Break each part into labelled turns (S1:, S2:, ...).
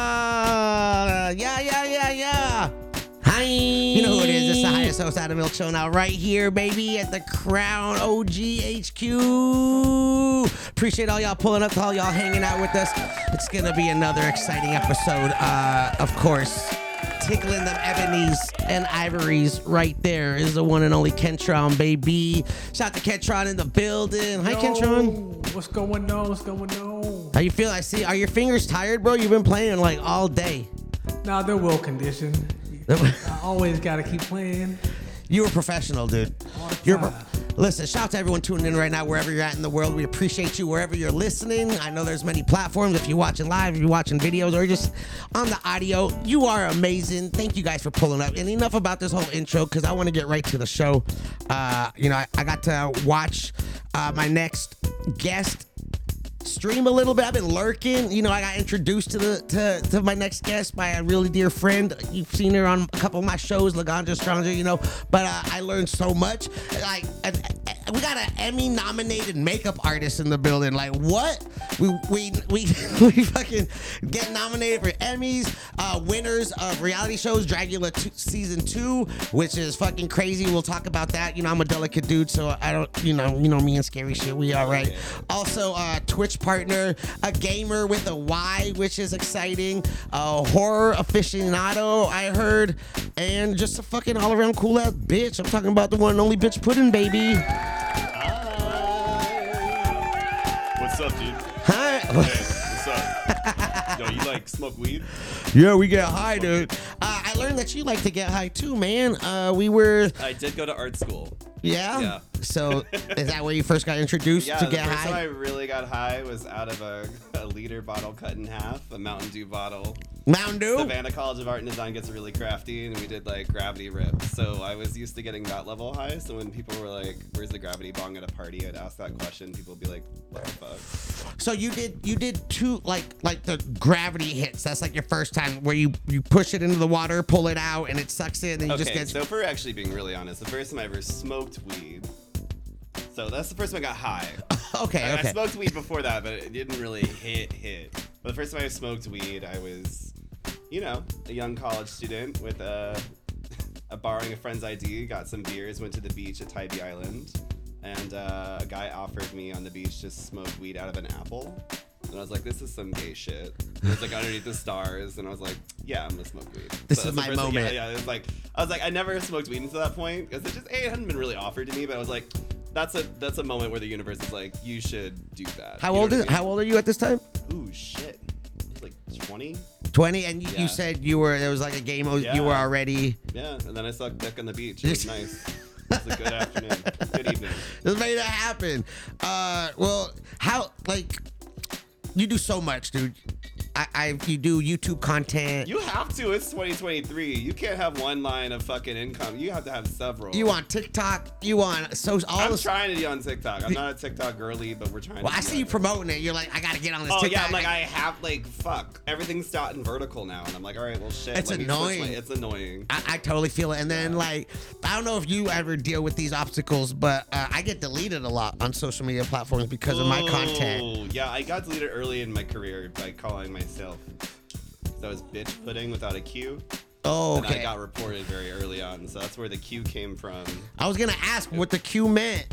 S1: Yeah. Yeah, yeah, yeah, yeah.
S2: Hi.
S1: You know who it is. It's the highest host out of Milk Show now, right here, baby, at the Crown OGHQ. Appreciate all y'all pulling up, all y'all hanging out with us. It's going to be another exciting episode, uh, of course. Tickling them ebonies and ivories right there is the one and only Kentron, baby. Shout out to Kentron in the building. Hi, Kentron.
S3: Oh, What's going on? What's going on?
S1: How you feel? I see. Are your fingers tired, bro? You've been playing like all day.
S3: Nah, they're well conditioned. I always gotta keep playing.
S1: You were professional, dude. You're pro- listen. Shout out to everyone tuning in right now, wherever you're at in the world. We appreciate you wherever you're listening. I know there's many platforms. If you're watching live, if you're watching videos, or just on the audio, you are amazing. Thank you guys for pulling up. And enough about this whole intro, because I want to get right to the show. Uh, you know, I, I got to watch uh, my next guest stream a little bit. I've been lurking. You know, I got introduced to the to, to my next guest by a really dear friend. You've seen her on a couple of my shows, Laganja Stranger, you know. But uh, I learned so much. Like, an, a- we got an Emmy-nominated makeup artist in the building. Like, what? We we we, we fucking get nominated for Emmys. Uh, winners of reality shows, Dragula two, season two, which is fucking crazy. We'll talk about that. You know, I'm a delicate dude, so I don't. You know, you know me and scary shit. We all right. Also, uh, Twitch partner, a gamer with a Y, which is exciting. A horror aficionado, I heard, and just a fucking all around cool ass bitch. I'm talking about the one and only bitch pudding baby.
S4: What's up, dude?
S1: Hi.
S4: Hey, what's up? Yo, you like smoke weed?
S1: Yeah, we get high, dude. Uh, I learned that you like to get high too, man. Uh, we were,
S4: I did go to art school.
S1: yeah?
S4: Yeah.
S1: So is that where you first got introduced
S5: Yeah,
S1: to
S5: the
S1: get
S5: first time
S1: high?
S5: I really got high was out of a, a liter bottle cut in half, a Mountain Dew bottle.
S1: Mountain Dew?
S5: Savannah College of Art and Design gets really crafty, and we did like gravity rips. So I was used to getting that level high. So when people were like, "Where's the gravity bong at a party?" I'd ask that question. People would be like, "What the fuck?"
S1: So you did you did two like like the gravity hits. That's like your first time where you you push it into the water, pull it out, and it sucks in, and you just
S5: Okay,
S1: get
S5: so if we're actually being really honest, the first time I ever smoked weed. So that's the first time I got high.
S1: okay
S5: I- I
S1: okay.
S5: smoked weed before that, but it didn't really hit hit. But the first time I smoked weed, I was, you know, a young college student with a, a borrowing a friend's ID, got some beers, went to the beach at Tybee Island, and uh, a guy offered me on the beach to smoke weed out of an apple. And I was like, this is some gay shit. It was like underneath the stars, and I was like, yeah, I'm gonna smoke weed.
S1: This is
S5: that's the
S1: my
S5: first thing-
S1: moment.
S5: yeah, yeah, it was like, I was like, I never smoked weed until that point because it just a, it hadn't been really offered to me. But I was like, that's a that's a moment where the universe is like, you should do that.
S1: How
S5: You know
S1: old
S5: what
S1: is
S5: I mean?
S1: how old are you at this time?
S5: Ooh shit, I was like twenty.
S1: Twenty, and you,
S5: Yeah.
S1: you said you were there was like a game o-
S5: Yeah.
S1: you were already.
S5: Yeah, and then I sucked dick on the beach. It was nice. It was a good afternoon. Good evening.
S1: Just made it happen. Uh, well, how like you do so much, dude. I, I you do YouTube content. You,
S5: You have to. It's 2023. You can't have one line of fucking income. You have to have several.
S1: on TikTok. You on so all
S5: I'm
S1: this.
S5: trying to be on TikTok. I'm not a TikTok girly, but we're trying.
S1: well,
S5: to
S1: I
S5: be
S1: see
S5: on
S1: you
S5: it.
S1: promoting it. You're like, I gotta get on this
S5: Oh
S1: TikTok.
S5: yeah, I'm like I have like fuck. Everything's dot and vertical now, and I'm like, all right, well shit.
S1: It's
S5: let me switch
S1: annoying.
S5: my- it's annoying.
S1: I, I totally feel it. And then like, I don't know if you ever deal with these obstacles, but uh, I get deleted a lot on social media platforms because of my content.
S5: Ooh, Yeah, I got deleted early in my career by calling myself. 'cause I was bitch pudding without a Q,
S1: Oh,
S5: and I
S1: okay.
S5: got reported very early on. So that's where the Q came from.
S1: I was gonna ask what the Q meant.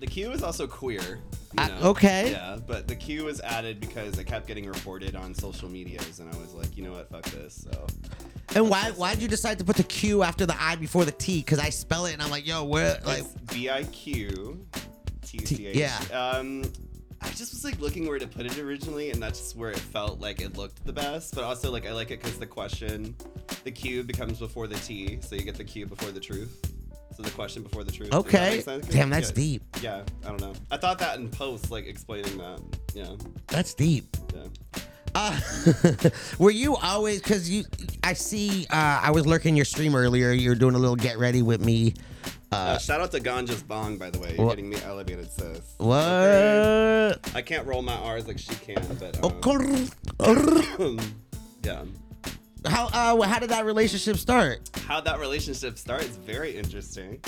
S5: The Q is also queer. you
S1: Uh,
S5: know?
S1: okay.
S5: Yeah, but the Q was added because I kept getting reported on social medias, and I was like, you know what, fuck this. So
S1: And why why'd you decide to put the Q after the I before the T? Because I spell it and I'm like, yo, where like
S5: It's B I Q T C H.
S1: yeah.
S5: Um, I just was like looking where to put it originally, and that's just where it felt like it looked the best. But also, like I like it because the question, the Q becomes before the T, so you get the Q before the truth. So the question before the truth. Does that
S1: Okay.
S5: make sense?
S1: Damn, that's
S5: Yeah.
S1: deep.
S5: Yeah, I don't know. I thought that in post, like explaining that. Yeah,
S1: That's deep.
S5: yeah.
S1: Uh, were you always because you? I see. Uh, I was lurking your stream earlier. You were doing a little get ready with me.
S5: Uh, shout out to Ganja's Bong, by the way. You're
S1: Wha-
S5: getting me elevated, sis.
S1: What?
S5: Okay. I can't roll my R's like she can, but um, yeah.
S1: How uh, how did that relationship start?
S5: How that relationship starts very interesting.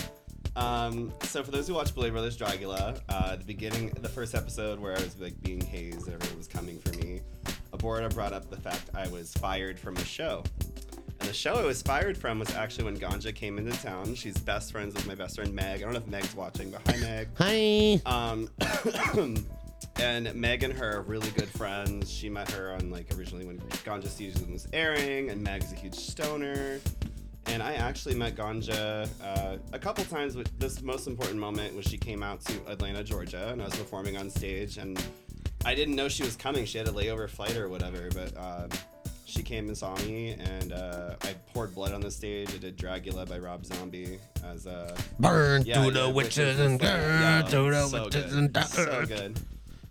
S5: Um, so for those who watch Blade Brothers Dragula, uh, the beginning, the first episode where I was like being hazed and everyone was Borda brought up the fact I was fired from a show. And the show I was fired from was actually when Ganja came into town. She's best friends with my best friend Meg. I don't know if Meg's watching, but hi Meg.
S1: Hi.
S5: Um, and Meg and her are really good friends. She met her on like originally when Ganja season was airing, and Meg's a huge stoner. And I actually met Ganja uh, a couple times. With this most important moment was she came out to Atlanta, Georgia, and I was performing on stage, and I didn't know she was coming. She had a layover flight or whatever, but. Uh, she came and saw me, and uh, I poured blood on the stage. I did Dragula by Rob Zombie as uh, a
S1: Burn
S5: yeah,
S1: through the
S5: yeah,
S1: witches and burn through the
S5: so
S1: witches
S5: good.
S1: and burn.
S5: so good.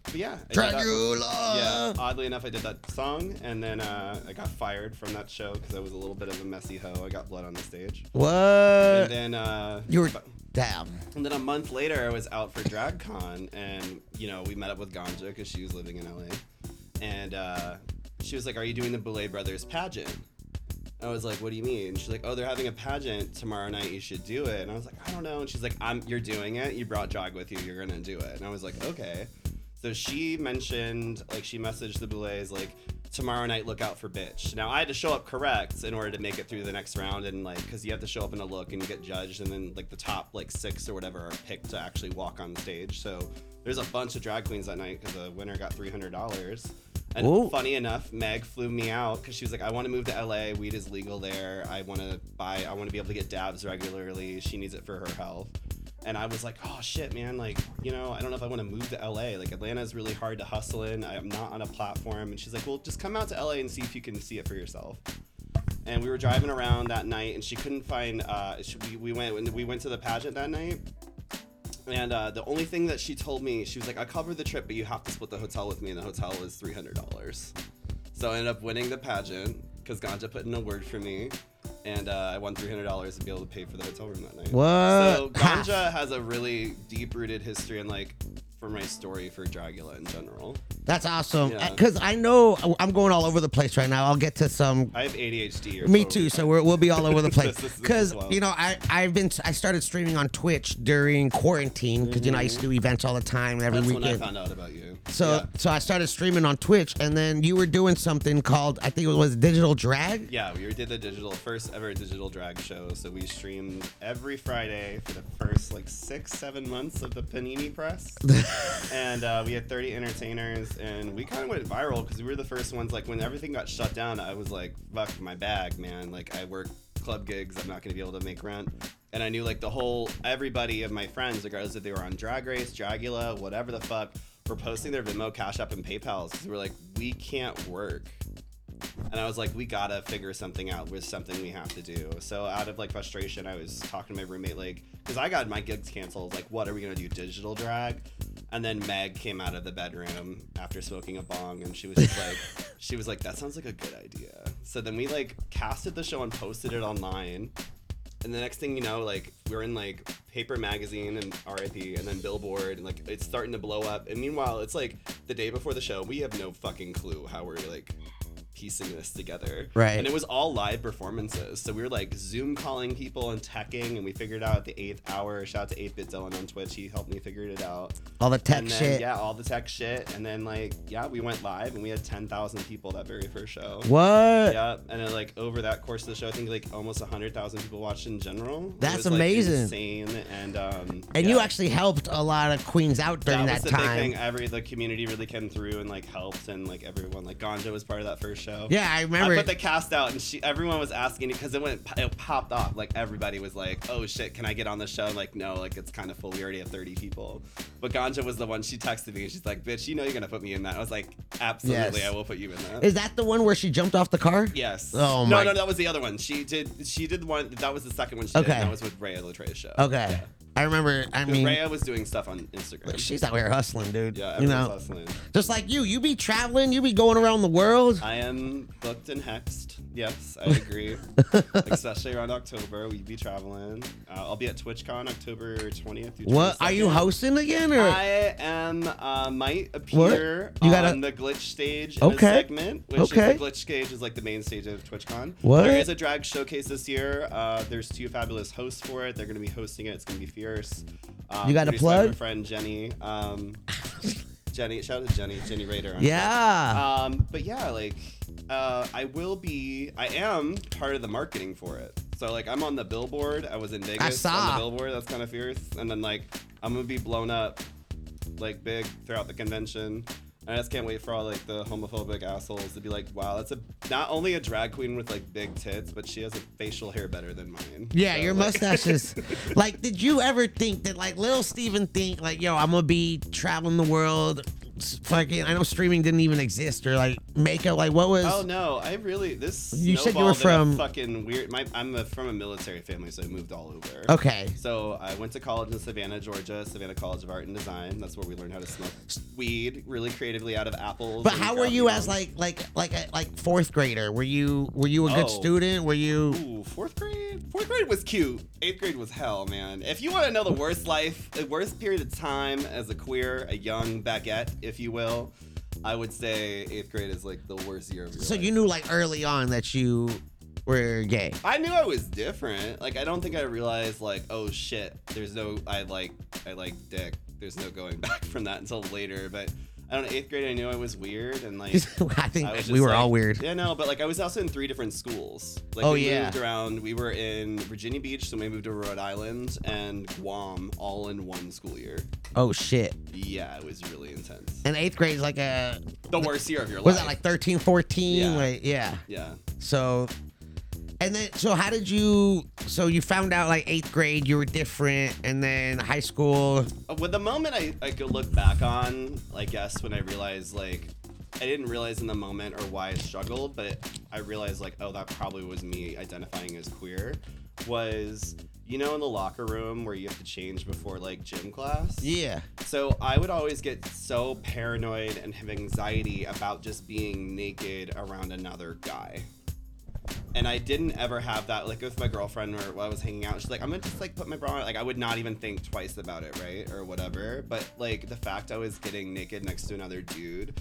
S5: But yeah, I did that-
S1: Dracula.
S5: yeah, oddly enough, I did that song, and then uh, I got fired from that show because I was a little bit of a messy hoe. I got blood on the stage, and
S1: What?
S5: then uh,
S1: You were
S5: but-
S1: damn.
S5: and then a month later, I was out for DragCon, and you know we met up with Ganja because she was living in LA, and uh, she was like, "Are you doing the Boulet Brothers pageant?" I was like, "What do you mean?" She's like, "Oh, they're having a pageant tomorrow night. You should do it." And I was like, "I don't know." And she's like, "I'm. You're doing it. You brought Jog with you. You're gonna do it." And I was like, "Okay." So she mentioned, like, she messaged the Boulets, like, tomorrow night, look out for bitch. Now, I had to show up correct in order to make it through the next round, and, like, because you have to show up in a look and you get judged, and then, like, the top, like, six or whatever are picked to actually walk on stage. So there's a bunch of drag queens that night because the winner got $300. And
S1: Ooh.
S5: funny enough, Meg flew me out because she was like, I want to move to LA. Weed is legal there. I want to buy, I want to be able to get dabs regularly. She needs it for her health and I was like, oh shit, man, like, you know, I don't know if I want to move to LA. Like, Atlanta is really hard to hustle in. I'm not on a platform. And she's like, well, just come out to LA and see if you can see it for yourself. And we were driving around that night, and she couldn't find. Uh, she, we, we went we went to the pageant that night, and uh, the only thing that she told me, she was like, I covered the trip, but you have to split the hotel with me, and the hotel was three hundred dollars. So I ended up winning the pageant because Ganja put in a word for me, and uh, I won three hundred dollars to be able to pay for the hotel room that night.
S1: What?
S5: So
S1: Half.
S5: Ganja has a really deep-rooted history, and like for my story for Dragula in general,
S1: That's awesome.
S5: Yeah.
S1: Because I know I'm going all over the place right now. I'll get to some
S5: I have ADHD. Or
S1: Me
S5: totally-
S1: too. So we're, we'll be all over the place.
S5: Oh, This is- this is
S1: Because
S5: wild.
S1: you know, I I've been I started streaming on Twitch during quarantine because you know I used to do events all the time and every
S5: Mm-hmm. That's when I
S1: weekend.
S5: found out about you.
S1: So
S5: Yeah.
S1: so I started streaming on Twitch, and then you were doing something called I think it was digital drag.
S5: Yeah, we did the digital first ever digital drag show. So we streamed every Friday for the first like six, seven months of the Panini Press, and uh, we had 30 entertainers, and we kind of went viral because we were the first ones. Like when everything got shut down, I was like, "Fuck my bag, man!" Like I work club gigs, I'm not gonna be able to make rent. And I knew like the whole everybody of my friends, regardless if they were on Drag Race, Dragula, whatever the fuck, were posting their Venmo, Cash App, and PayPal's because we were like, we can't work. And I was like, we gotta figure something out. There's something we have to do. So out of like frustration, I was talking to my roommate, like, because I got my gigs canceled. Like, what are we gonna do? Digital drag? And then Meg came out of the bedroom after smoking a bong, and she was just like, she was like, that sounds like a good idea. So then we like casted the show and posted it online. And the next thing you know, like we're in like Paper Magazine and RIP, and then Billboard, and like it's starting to blow up. And meanwhile, it's like the day before the show, we have no fucking clue how we're like piecing this together.
S1: Right.
S5: And it was all live performances, so we were like Zoom calling people and teching, and we figured out at the eighth hour. Shout out to Eight Bit Dylan on Twitch; he helped me figure it out.
S1: All the tech
S5: and then,
S1: shit.
S5: Yeah, all the tech shit, and then like yeah, we went live, and we had ten thousand people that very first show.
S1: What?
S5: Yeah, and then like over that course of the show, I think like almost hundred thousand people watched in general. It
S1: That's
S5: was, like,
S1: amazing.
S5: insane, and um,
S1: And
S5: yeah.
S1: you actually helped a lot of queens out during
S5: that was
S1: that,
S5: the
S1: time.
S5: big thing. Every the community really came through and like helped, and like everyone like Ganja was part of that first show.
S1: Yeah, I remember.
S5: I put
S1: it.
S5: the cast out, and she everyone was asking because it went it popped off. Like everybody was like, "Oh shit, can I get on the show?" Like no, like it's kind of full. We already have thirty people. But Ganja was the one. She texted me, and she's like, "Bitch, you know you're gonna put me in that." I was like, "Absolutely,
S1: Yes.
S5: I will put you in that."
S1: Is that the one where she jumped off the car?
S5: Yes.
S1: Oh,
S5: no,
S1: my-
S5: No, no, that was the other one. She did. She did one. That was the second one she did.
S1: Okay.
S5: and That was with Rhea Latreya's show.
S1: Okay. I remember. I
S5: Because
S1: mean,
S5: Rhea was doing stuff on Instagram.
S1: she's out here hustling, dude.
S5: yeah,
S1: you
S5: everyone's
S1: know,
S5: hustling.
S1: just like you. You be traveling. You be going around the world.
S5: I am booked and hexed. Yes, I agree. Especially around October, we be traveling. Uh, I'll be at TwitchCon October 20th. Through
S1: What are you
S5: 22nd.
S1: hosting again? Or
S5: I am uh, might appear
S1: You gotta-
S5: on the glitch stage in
S1: Okay.
S5: a segment, which
S1: Okay.
S5: is the glitch stage is like the main stage of TwitchCon.
S1: What?
S5: There is a drag showcase this year. Uh, there's two fabulous hosts for it. They're going to be hosting it. It's going to be fierce. Um,
S1: You got a
S5: produced by my
S1: plug?
S5: friend Jenny. Um, Jenny. Shout out to Jenny, Jenny Raider. on
S1: Yeah.
S5: Um, but yeah, like uh, I will be, I am part of the marketing for it. So like I'm on the billboard. I was in Vegas
S1: saw.
S5: on the billboard. That's kind of fierce. And then like I'm gonna be blown up like big throughout the convention. And I just can't wait for all like the homophobic assholes to be like, wow, that's a not only a drag queen with like big tits, but she has a facial hair better than mine.
S1: Yeah,
S5: So,
S1: your
S5: like-
S1: mustache is like. Did you ever think that like little Steven think like, yo, I'm gonna be traveling the world, s- fucking. I know streaming didn't even exist or like makeup. Like, what was?
S5: Oh no! I really this.
S1: You said you were
S5: snowballed in a
S1: from-
S5: fucking weird. My, I'm a, from a military family, so I moved all over.
S1: Okay.
S5: So I went to college in Savannah, Georgia, Savannah College of Art and Design. That's where we learned how to smoke weed really creatively out of apples.
S1: But
S5: and
S1: how were you
S5: ground
S1: as
S5: beef.
S1: like like like a, like fourth grader? Were you were you a good
S5: Oh.
S1: student? Were you?
S5: Ooh, fourth grade? Fourth grade was cute. Eighth grade was hell, man. If you want to know the worst life, the worst period of time as a queer, a young baguette, if you will, I would say eighth grade is like the worst year of your
S1: So
S5: life.
S1: you knew like early on that you were gay.
S5: I knew I was different. Like I don't think I realized like, oh shit, there's no I like I like dick. There's no going back from that until later. But I don't know, eighth grade I knew I was weird and like
S1: I think
S5: I was
S1: we
S5: just,
S1: were
S5: like-
S1: all weird.
S5: Yeah, no, but like I was also in three different schools. Like
S1: Oh,
S5: we
S1: yeah.
S5: moved around. We were in Virginia Beach, so we moved to Rhode Island and Guam all in one school year.
S1: Oh shit!
S5: Yeah, it was really intense.
S1: And eighth grade is like a
S5: The worst year of your
S1: was
S5: life.
S1: that like 13, 14?
S5: Yeah.
S1: Like yeah.
S5: Yeah.
S1: So, and then, so how did you? So you found out like eighth grade you were different, and then high school.
S5: Uh, With the moment I, I could look back on, I guess when I realized like I didn't realize in the moment or why I struggled, but I realized like oh that probably was me identifying as queer. Was you know in the locker room where you have to change before like gym class?
S1: Yeah.
S5: So I would always get so paranoid and have anxiety about just being naked around another guy. And I didn't ever have that like with my girlfriend or while I was hanging out. She's like, I'm gonna just like put my bra on. Like I would not even think twice about it, right? Or whatever. But like the fact I was getting naked next to another dude,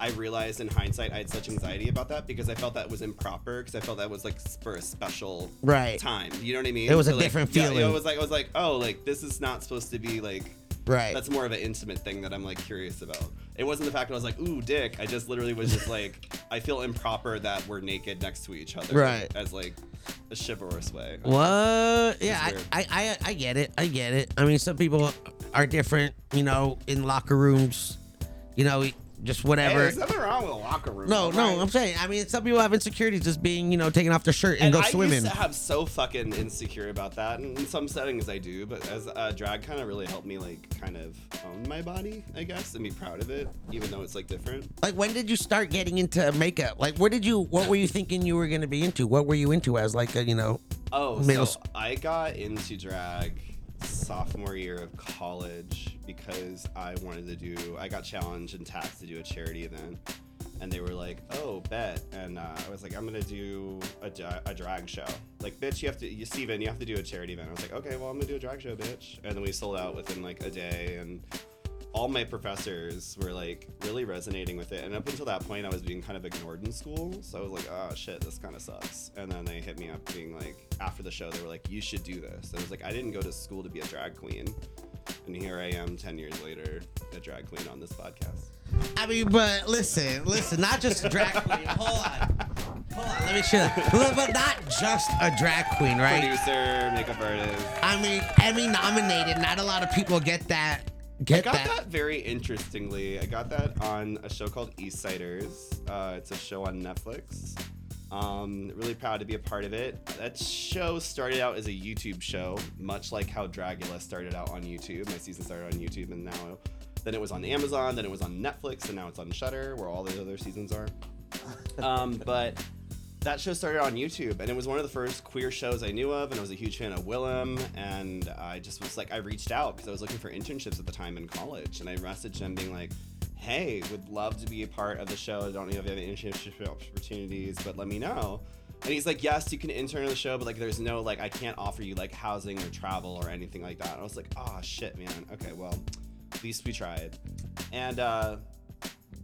S5: I realized in hindsight I had such anxiety about that because I felt that was improper because I felt that was like for a special
S1: Right.
S5: time. You know what I mean?
S1: It was a
S5: like,
S1: different
S5: yeah,
S1: feeling.
S5: it was like I was like, oh, like this is not supposed to be like
S1: Right.
S5: that's more of an intimate thing that I'm like curious about. It wasn't the fact that I was like, ooh, dick. I just literally was just like, I feel improper that we're naked next to each other.
S1: Right.
S5: As like a chivalrous way.
S1: what? Yeah, I,
S5: weird.
S1: I, I, I get it. I get it. I mean, some people are different, you know, in locker rooms, you know, just
S5: Hey,
S1: whatever.
S5: there's nothing wrong with a locker room.
S1: no, no,
S5: right?
S1: I'm saying. I mean, some people have insecurities just being, you know, taking off their shirt and,
S5: And
S1: go
S5: I
S1: swimming.
S5: used to have so fucking insecure about that, and in some settings I do. But as uh, drag, kind of really helped me like kind of own my body, I guess, and be proud of it, even though it's like different.
S1: like, when did you start getting into makeup? Like, what did you? What were you thinking you were going to be into? What were you into as like a, you know?
S5: Oh,
S1: Middle
S5: so
S1: s-
S5: I got into drag sophomore year of college because I wanted to do. I got challenged and tasked to do a charity event, and they were like, "Oh, bet." And uh, I was like, "I'm gonna do a, dra- a drag show." Like, bitch, you have to, you Steven, you have to do a charity event. I was like, "Okay, well, I'm gonna do a drag show, bitch." And then we sold out within like a day, and all my professors were like really resonating with it. And up until that point, I was being kind of ignored in school. So I was like, oh shit, this kind of sucks. And then they hit me up being like, after the show, they were like, you should do this. And I was like, I didn't go to school to be a drag queen. And here I am 10 years later, a drag queen on this podcast.
S1: I mean, but listen, listen, not just a drag queen. Hold on. Hold on, let me chill. Look, But not just a drag queen, right?
S5: Producer, makeup artist.
S1: I mean, Emmy nominated. Not a lot of people get that. Get
S5: I got
S1: that.
S5: that very interestingly. I got that on a show called Eastsiders. Uh, it's a show on Netflix. Um, really proud to be a part of it. That show started out as a YouTube show, much like how Dragula started out on YouTube. My season started on YouTube, and now then it was on Amazon, then it was on Netflix, and now it's on Shutter, where all the other seasons are. Um, but that show started on YouTube, and it was one of the first queer shows I knew of, and I was a huge fan of Willem, and I just was like, I reached out because I was looking for internships at the time in college, and I messaged them being like, "Hey, would love to be a part of the show. I don't know if you have any internship opportunities, but let me know." And he's like, "Yes, you can intern on the show, but like, there's no like, I can't offer you like housing or travel or anything like that." And I was like, "Oh shit, man. Okay, well, at least we tried." And uh,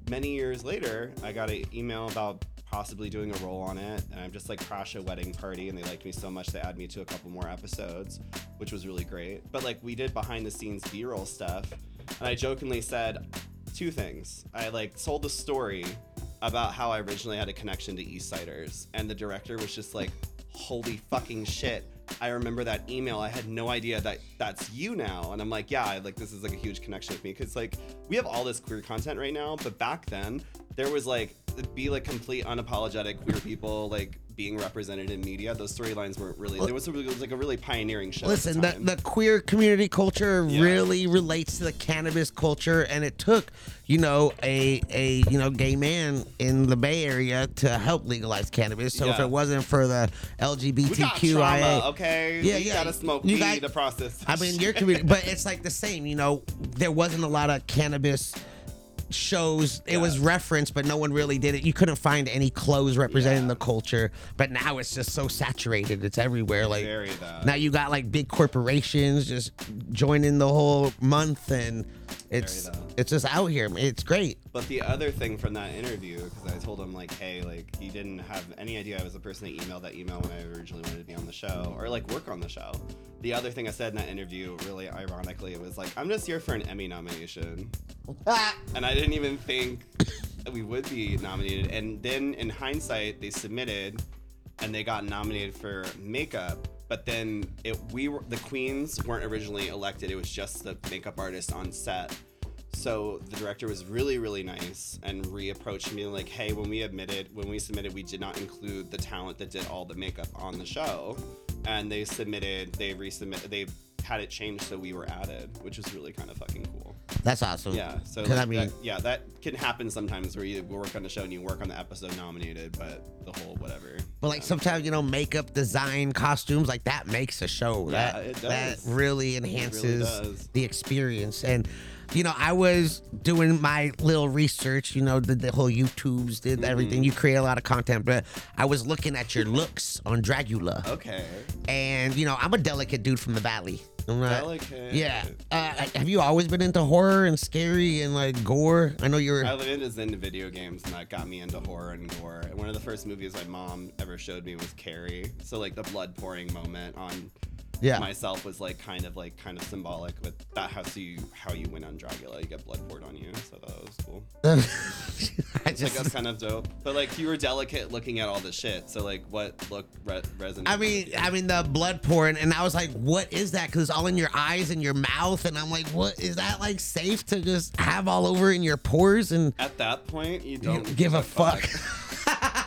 S5: many years later, I got an email about possibly doing a role on it, and I'm just like crash a wedding party, and they liked me so much they added me to a couple more episodes, which was really great. But like we did behind the scenes B-roll stuff, and I jokingly said two things. I like told the story about how I originally had a connection to East Siders, and the director was just like, "Holy fucking shit! I remember that email. I had no idea that that's you now." And I'm like, "Yeah, I- like this is like a huge connection with me because like we have all this queer content right now, but back then there was like it'd be like complete unapologetic queer people like." Being represented in media, those storylines weren't really. There was, a, really- it was like a really pioneering show.
S1: Listen,
S5: at
S1: the,
S5: the, time.
S1: the queer community culture
S5: Yeah.
S1: really relates to the cannabis culture, and it took, you know, a a you know gay man in the Bay Area to help legalize cannabis. So if
S5: Yeah.
S1: it wasn't for the
S5: we got trauma,
S1: LGBTQIA,
S5: okay?
S1: Yeah,
S5: you
S1: yeah,
S5: gotta smoke
S1: you
S5: weed
S1: got-
S5: to process.
S1: I mean, your community, but it's like the same. You know, there wasn't a lot of cannabis shows. It was
S5: Yeah.
S1: referenced, but no one really did it. You couldn't find any clothes representing the culture. But now it's just so saturated. It's everywhere. Like
S5: Very though.
S1: now you got like big corporations just joining the whole month, and it's
S5: Very though.
S1: it's just out here. It's great.
S5: But the other thing from that interview, because I told him like, hey, like he didn't have any idea I was the person that emailed that email when I originally wanted to be on the show or like work on the show. The other thing I said in that interview, really ironically, was like, I'm just here for an Emmy nomination, and I didn't even think that we would be nominated. And then in hindsight, they submitted, and they got nominated for makeup. But then it, we were, the queens weren't originally elected. It was just the makeup artist on set. So the director was really, really nice and reapproached me like, hey, when we admitted, when we submitted, we did not include the talent that did all the makeup on the show. And they submitted, they resubmit, they had it changed so we were added, which is really kind of fucking cool.
S1: That's awesome.
S5: Yeah. So
S1: 'Cause I
S5: like,
S1: mean,
S5: that- yeah, that can happen sometimes where you work on the show and you work on the episode nominated, but the whole whatever.
S1: But like
S5: Yeah.
S1: sometimes you know makeup, design, costumes, like that makes a show.
S5: Yeah,
S1: that
S5: it
S1: that
S5: does.
S1: really enhances
S5: does.
S1: the experience. And you know, I was doing my little research. You know, did the whole YouTubes, did
S5: Mm-hmm.
S1: everything. You create a lot of content, but I was looking at your looks on Dracula,
S5: Okay.
S1: and you know, I'm a delicate dude from the valley. I'm not-
S5: Delicate.
S1: Yeah. Uh, like, have you always been into horror and scary and like gore? I know you're.
S5: I lived is into video games, and that got me into horror and gore. And one of the first movies my mom ever showed me was Carrie. So like the blood pouring moment on
S1: Yeah.
S5: myself was like kind of like kind of symbolic with that how so you how you win on Dracula, you get blood poured on you. So that was cool.
S1: I
S5: Like
S1: just.
S5: that's kind of dope. But like you were delicate looking at all this shit. So like what looked re- resonated?
S1: I
S5: with
S1: mean,
S5: you?
S1: I mean the blood pouring, and I was like, "What is that?" Because it's all in your eyes and your mouth, and I'm like, "What is that? Like safe to just have all over in your pores and
S5: at that point you
S1: you
S5: don't
S1: give a fuck?"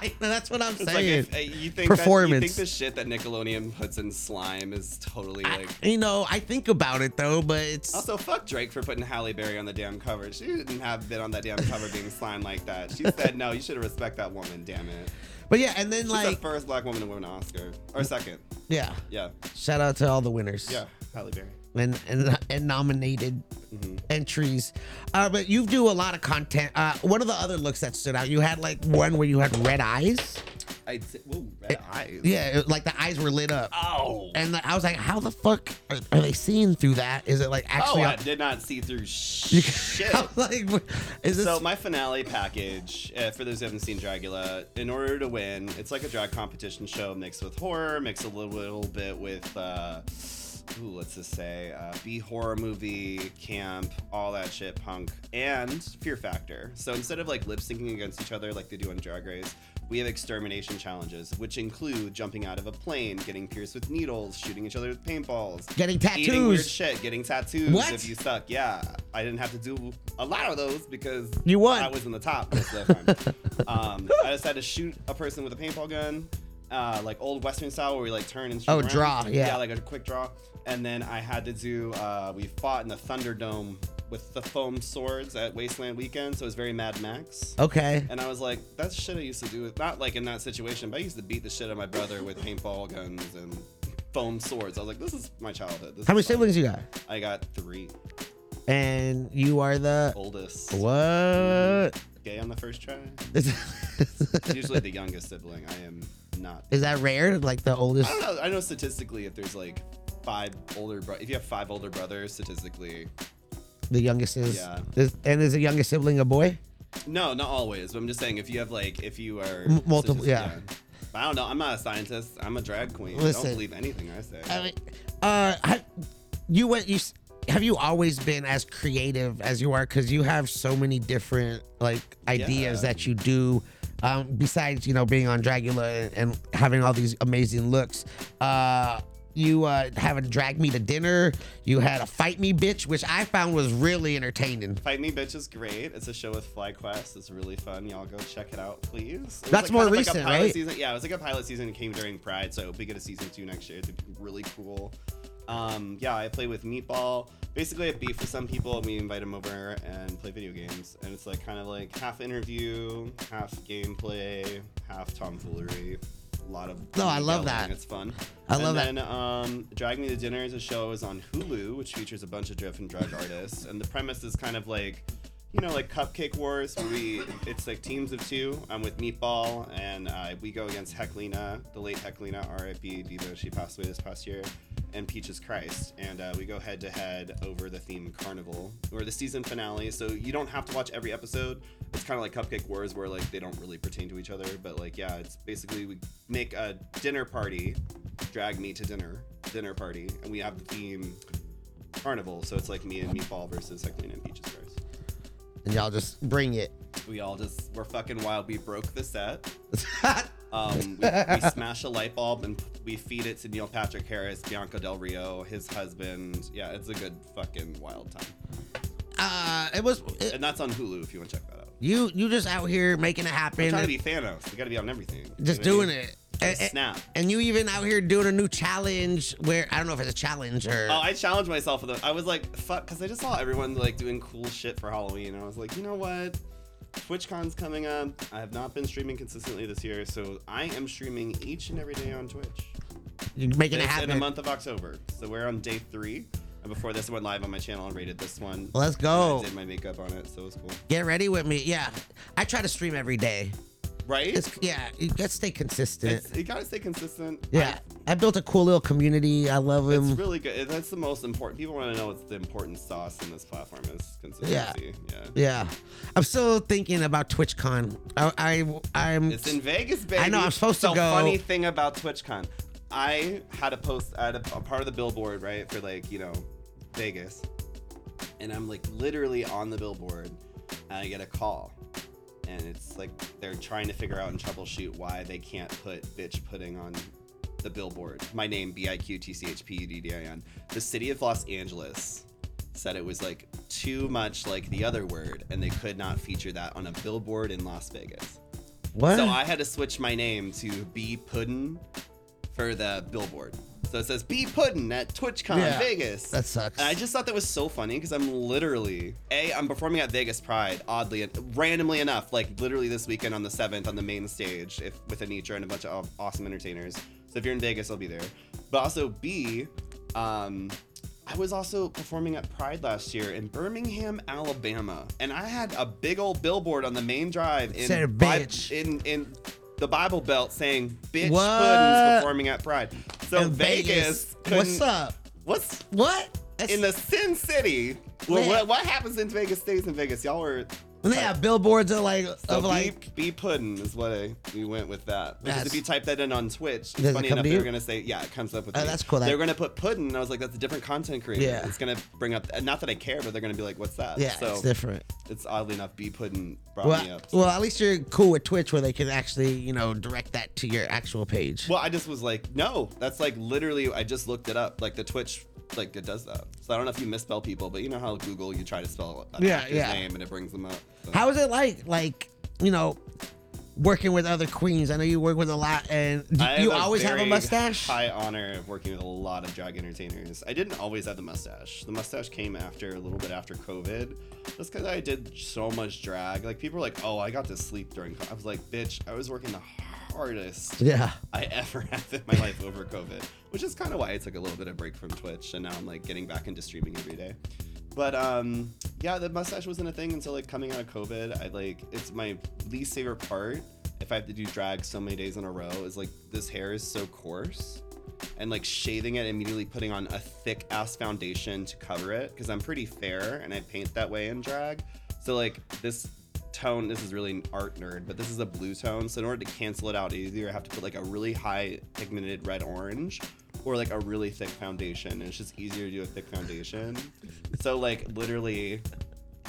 S1: You know, That's what I'm
S5: It's like
S1: saying.
S5: if, uh, you think performance. That, you
S1: Performance. Ah.
S5: think the shit that Nickelodeon puts in slime is totally
S1: I-
S5: like
S1: you know, I think about it though, but it's
S5: Also, fuck Drake for putting Halle Berry on the damn cover. She didn't have been on that damn cover being slimed like that. She said, no, you should respect that woman, damn it.
S1: but yeah, and then
S5: She's
S1: like
S5: the first black woman to win an Oscar. Or second.
S1: yeah,
S5: Yeah.
S1: shout out to all the winners.
S5: Yeah. Halle Berry.
S1: and and, and nominated
S5: Mm-hmm.
S1: entries. Uh, but you do a lot of content. Uh, one of the other looks that stood out, you had like one where you had red eyes.
S5: I t- Whoa, red eyes.
S1: Yeah, it- like the eyes were lit up.
S5: Oh.
S1: And I was like, how the fuck are, are they seeing through that? Is it like
S5: Oh,
S1: actually?
S5: I did not see through shit.
S1: I was like, is this?
S5: So my finale package, uh, for those who haven't seen Dragula, in order to win, it's like a drag competition show mixed with horror, mixed a little, little bit with, uh, ooh, let's just say, uh, B horror movie, camp, all that shit, punk, and Fear Factor. So instead of like lip syncing against each other like they do on Drag Race, we have extermination challenges, which include jumping out of a plane, getting pierced with needles, shooting each other with paintballs,
S1: Getting
S5: eating weird
S1: tattoos.
S5: shit, getting tattoos
S1: What?
S5: if you suck. Yeah, I didn't have to do a lot of those because
S1: You won.
S5: I was in the top most of the time. um, I just had to shoot a person with a paintball gun, uh, like old Western style, where we like turn and shoot
S1: Oh,
S5: around.
S1: draw, yeah.
S5: yeah, like a quick draw. And then I had to do. Uh, we fought in the Thunderdome with the foam swords at Wasteland Weekend, so it was very Mad Max.
S1: okay.
S5: And I was like, that's shit I used to do with not like in that situation, but I used to beat the shit out of my brother with paintball guns and foam swords. I was like, this is my childhood. This
S1: How many
S5: is fun.
S1: siblings you got?
S5: I got three.
S1: And you are the
S5: Oldest.
S1: what?
S5: Gay on the first try.
S1: Is,
S5: Usually the youngest sibling. I am not.
S1: is that rare? Like the oldest?
S5: I don't know. I know statistically if there's like five older bro- if you have five older brothers statistically
S1: The youngest is,
S5: Yeah.
S1: is- and is the youngest sibling a boy?
S5: no not always but i'm just saying if you have like if you are
S1: M- multiple-
S5: statistically-
S1: yeah.
S5: But i don't know i'm not a scientist i'm a drag queen
S1: Listen.
S5: Oh. don't believe anything i say
S1: I mean, uh, I, you went. You s- have you always been as creative as you are? Because you have so many different like ideas
S5: Yeah.
S1: that you do. Um, besides, you know, being on Dragula and, and having all these amazing looks, uh, you uh, have a drag me to dinner. You had a fight me bitch, which I found was really entertaining.
S5: Fight Me Bitch is great. It's a show with FlyQuest. It's really fun. Y'all go check it out, please. It was
S1: That's more
S5: kind of
S1: recent,
S5: a pilot
S1: right?
S5: Season. Yeah, it was like a pilot season. It came during Pride, so we get a season two next year. It's really cool. Um, yeah, I play with Meatball. Basically, I beef with some people, and we invite them over and play video games. And it's like kind of like half interview, half gameplay, half tomfoolery. A lot of
S1: No, I love
S5: yelling.
S1: that.
S5: It's fun.
S1: I love that.
S5: and then, Um, Drag Me to Dinner is a show is on Hulu, which features a bunch of different drag artists, and the premise is kind of like, you know, like Cupcake Wars. Where we it's like teams of two. I'm with Meatball, and uh, we go against Heclina, the late Heclina, R.I.P. Diva. She passed away this past year, and Peaches Christ, and uh, we go head to head over the theme Carnival or the season finale. So you don't have to watch every episode. It's kind of like Cupcake Wars, where like they don't really pertain to each other, but like yeah, it's basically we make a dinner party drag me to dinner dinner party and we have the theme carnival so it's like me and meatball versus Heclina and peaches Christ.
S1: And y'all just bring it.
S5: we all just we're fucking wild we broke the set um, we, we smash a light bulb and we feed it to neil patrick harris bianca del rio his husband yeah it's a good fucking wild time
S1: uh, it was it-
S5: and that's on hulu if you want to check that out
S1: you. You just out here making it happen.
S5: i'm trying to be thanos we gotta be on everything
S1: just
S5: You know what I
S1: doing
S5: mean?
S1: it.
S5: Just
S1: And-
S5: snap
S1: And you even out here doing a new challenge where I don't know if it's a challenge or
S5: Oh, I challenged myself with it. I was like, fuck, because I just saw everyone like doing cool shit for Halloween, and I was like, you know what? TwitchCon's coming up. I have not been streaming consistently this year, so I am streaming each and every day on Twitch.
S1: you're making it
S5: It's in
S1: happen.
S5: the month of October, so we're on day three. And before this, I went live on my channel and rated this one.
S1: Let's
S5: And
S1: go.
S5: I did my makeup on it, so it was cool.
S1: Get ready with me. Yeah, I try to stream every day.
S5: Right?
S1: It's, yeah, you gotta stay consistent.
S5: It's- you gotta stay consistent.
S1: yeah, I, built a cool little community. I love
S5: I- it's
S1: him.
S5: really good. That's the most important. People want to know what's the important sauce in this platform is consistency. Yeah.
S1: yeah, I'm still thinking about TwitchCon. I, I I'm
S5: It's in Vegas, baby.
S1: I know, I'm supposed to
S5: so
S1: go-
S5: Funny thing about TwitchCon, I had a post at a, a part of the billboard right for like you know Vegas, and I'm like literally on the billboard, and I get a call, and it's like they're trying to figure out and troubleshoot why they can't put bitch pudding on the billboard. My name B I Q T C H P U D D I N. The city of Los Angeles said it was like too much like the other word and they could not feature that on a billboard in Las Vegas.
S1: what?
S5: So I had to switch my name to B Puddin for the billboard. So it says B Puddin at TwitchCon
S1: Yeah,
S5: Vegas.
S1: that sucks.
S5: And I just thought that was so funny because I'm literally a I'm performing at Vegas Pride oddly and randomly enough, like literally this weekend on the seventh on the main stage if with Anitra and a bunch of awesome entertainers. So if you're in Vegas, I'll be there. But also B, um, I was also performing at Pride last year in Birmingham, Alabama, and I had a big old billboard on the main drive in
S1: Said
S5: Bi-
S1: bitch.
S5: in in the Bible Belt saying "bitch"
S1: What?
S5: puddings performing at Pride. So
S1: In
S5: Vegas,
S1: what's
S5: couldn't-
S1: up?
S5: What's
S1: What?
S5: in the Sin City? Well,
S1: Man.
S5: what, what happens in Vegas stays in Vegas. Y'all were
S1: when they have billboards of like
S5: so
S1: of
S5: B-
S1: like
S5: B pudding is what I we went with that. Because
S1: That's-
S5: if you type that in on Twitch,
S1: Does it
S5: funny
S1: come
S5: enough
S1: to
S5: they were
S1: you?
S5: gonna say yeah, it comes up with.
S1: Oh,
S5: me.
S1: that's cool, that-
S5: They were gonna put pudding. And I was like, that's a different content creator.
S1: Yeah.
S5: It's gonna bring up. Not that I care, but they're gonna be like, what's that?
S1: yeah,
S5: So
S1: it's different.
S5: it's oddly enough, B pudding brought me
S1: Well,
S5: up.
S1: well, at least you're cool with Twitch where they can actually you know direct that to your actual page.
S5: Well, I just was like, no, that's like literally. I just looked it up. Like the Twitch, like it does that. So I don't know if you misspell people, but you know how Google, you try to spell an
S1: Yeah,
S5: actor's
S1: yeah.
S5: name and it brings them up. So-
S1: How is it like, like you know, working with other queens? I know you work with a lot, and do
S5: I
S1: you
S5: a
S1: always have a
S5: very
S1: mustache.
S5: High honor of working with a lot of drag entertainers. I didn't always have the mustache. The mustache came after a little bit after COVID. That's because I did so much drag. Like people were like, "Oh, I got to sleep during." co-" I was like, "Bitch, I was working the hardest."
S1: Yeah,
S5: I ever have in my life over COVID, which is kind of why I took a little bit of break from Twitch and now I'm like getting back into streaming every day. But um, yeah, the mustache wasn't a thing until like coming out of COVID. I like it's my least favorite part. If I have to do drag so many days in a row, is like this hair is so coarse, and like shaving it immediately putting on a thick ass foundation to cover it because I'm pretty fair and I paint that way in drag. So like this tone this is really an art nerd but this is a blue tone so in order to cancel it out either i have to put like a really high pigmented red orange or like a really thick foundation. And it's just easier to do a thick foundation. so like literally,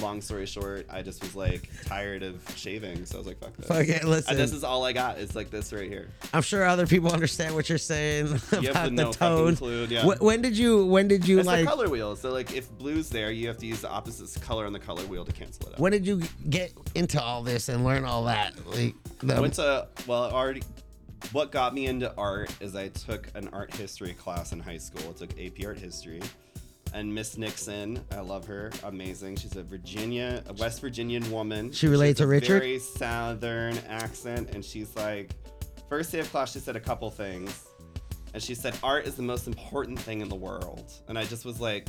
S5: long story short, I just was like tired of shaving, so I was like, fuck this.
S1: Fuck it, listen.
S5: And this is all I got. It's like this right here.
S1: I'm sure other people understand what you're saying about
S5: have
S1: the
S5: no fucking
S1: tone.
S5: clue, yeah.
S1: Wh- when did you? When did you
S5: It's
S1: like?
S5: the color wheel. So like if blue's there, you have to use the opposite color on the color wheel to cancel it out.
S1: When did you get into all this and learn all that? Like, the,
S5: went to well I already what got me into art is I took an art history class in high school. I took AP art history. And Miss Nixon, I love her, amazing. She's a Virginia, a West Virginian woman.
S1: She relates
S5: She
S1: to
S5: has a
S1: Richard?
S5: Very southern accent, and she's like, first day of class, she said a couple things, and she said art is the most important thing in the world, and I just was like,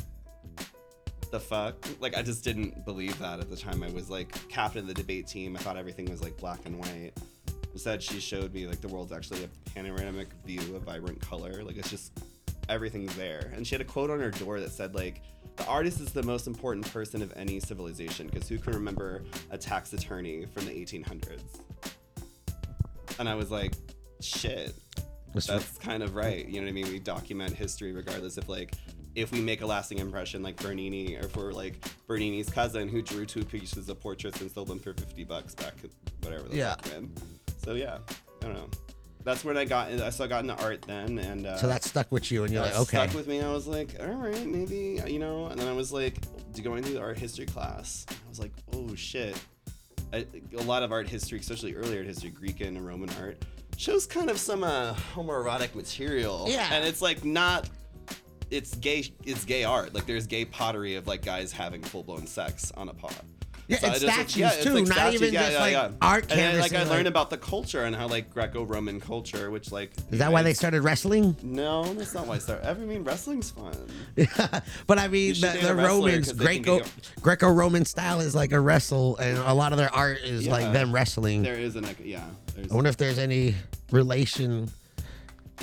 S5: the fuck? Like, I just didn't believe that at the time. I was like captain of the debate team. I thought everything was like black and white. Instead, she showed me like the world's actually a panoramic view of vibrant color. Like, it's just everything's there. And she had a quote on her door that said, like, the artist is the most important person of any civilization because who can remember a tax attorney from the 1800s? And I was like, shit,
S1: That's right.
S5: that's kind of right. You know what I mean? We document history regardless of like if we make a lasting impression like Bernini or if we're like Bernini's cousin who drew two pieces of portraits and sold them for 50 bucks back whatever the
S1: Yeah.
S5: fuck when. So yeah, I don't know. That's when I got in, I still got into art then and uh,
S1: so that stuck with you, and you're
S5: that
S1: like, okay.
S5: stuck with me. I was like, all right, maybe you know. And then I was like, do- going through the art history class, I was like, oh shit. I, a lot of art history, especially early art history, Greek and Roman art, shows kind of some uh, homoerotic material.
S1: Yeah.
S5: And it's like not. It's gay. It's gay art. Like there's gay pottery of like guys having full blown sex on a pot.
S1: Yeah,
S5: So
S1: and
S5: I just-
S1: statues,
S5: yeah, it's
S1: too,
S5: like
S1: not
S5: statues,
S1: even
S5: yeah,
S1: just,
S5: yeah,
S1: like,
S5: yeah.
S1: art
S5: And then, like
S1: canvassing,
S5: I
S1: like-
S5: learned about the culture and how like Greco-Roman culture, which like
S1: Is that why they
S5: it's-
S1: started wrestling?
S5: no, that's not why I started. I mean, wrestling's fun.
S1: but I mean,
S5: You should
S1: the,
S5: be a
S1: the
S5: wrestler
S1: Romans,
S5: 'cause they can
S1: Greco,
S5: get-
S1: Greco-Roman style is like a wrestle, and a lot of their art is like
S5: Yeah.
S1: them wrestling.
S5: There is an, ec- yeah. There's
S1: I wonder if there's any relation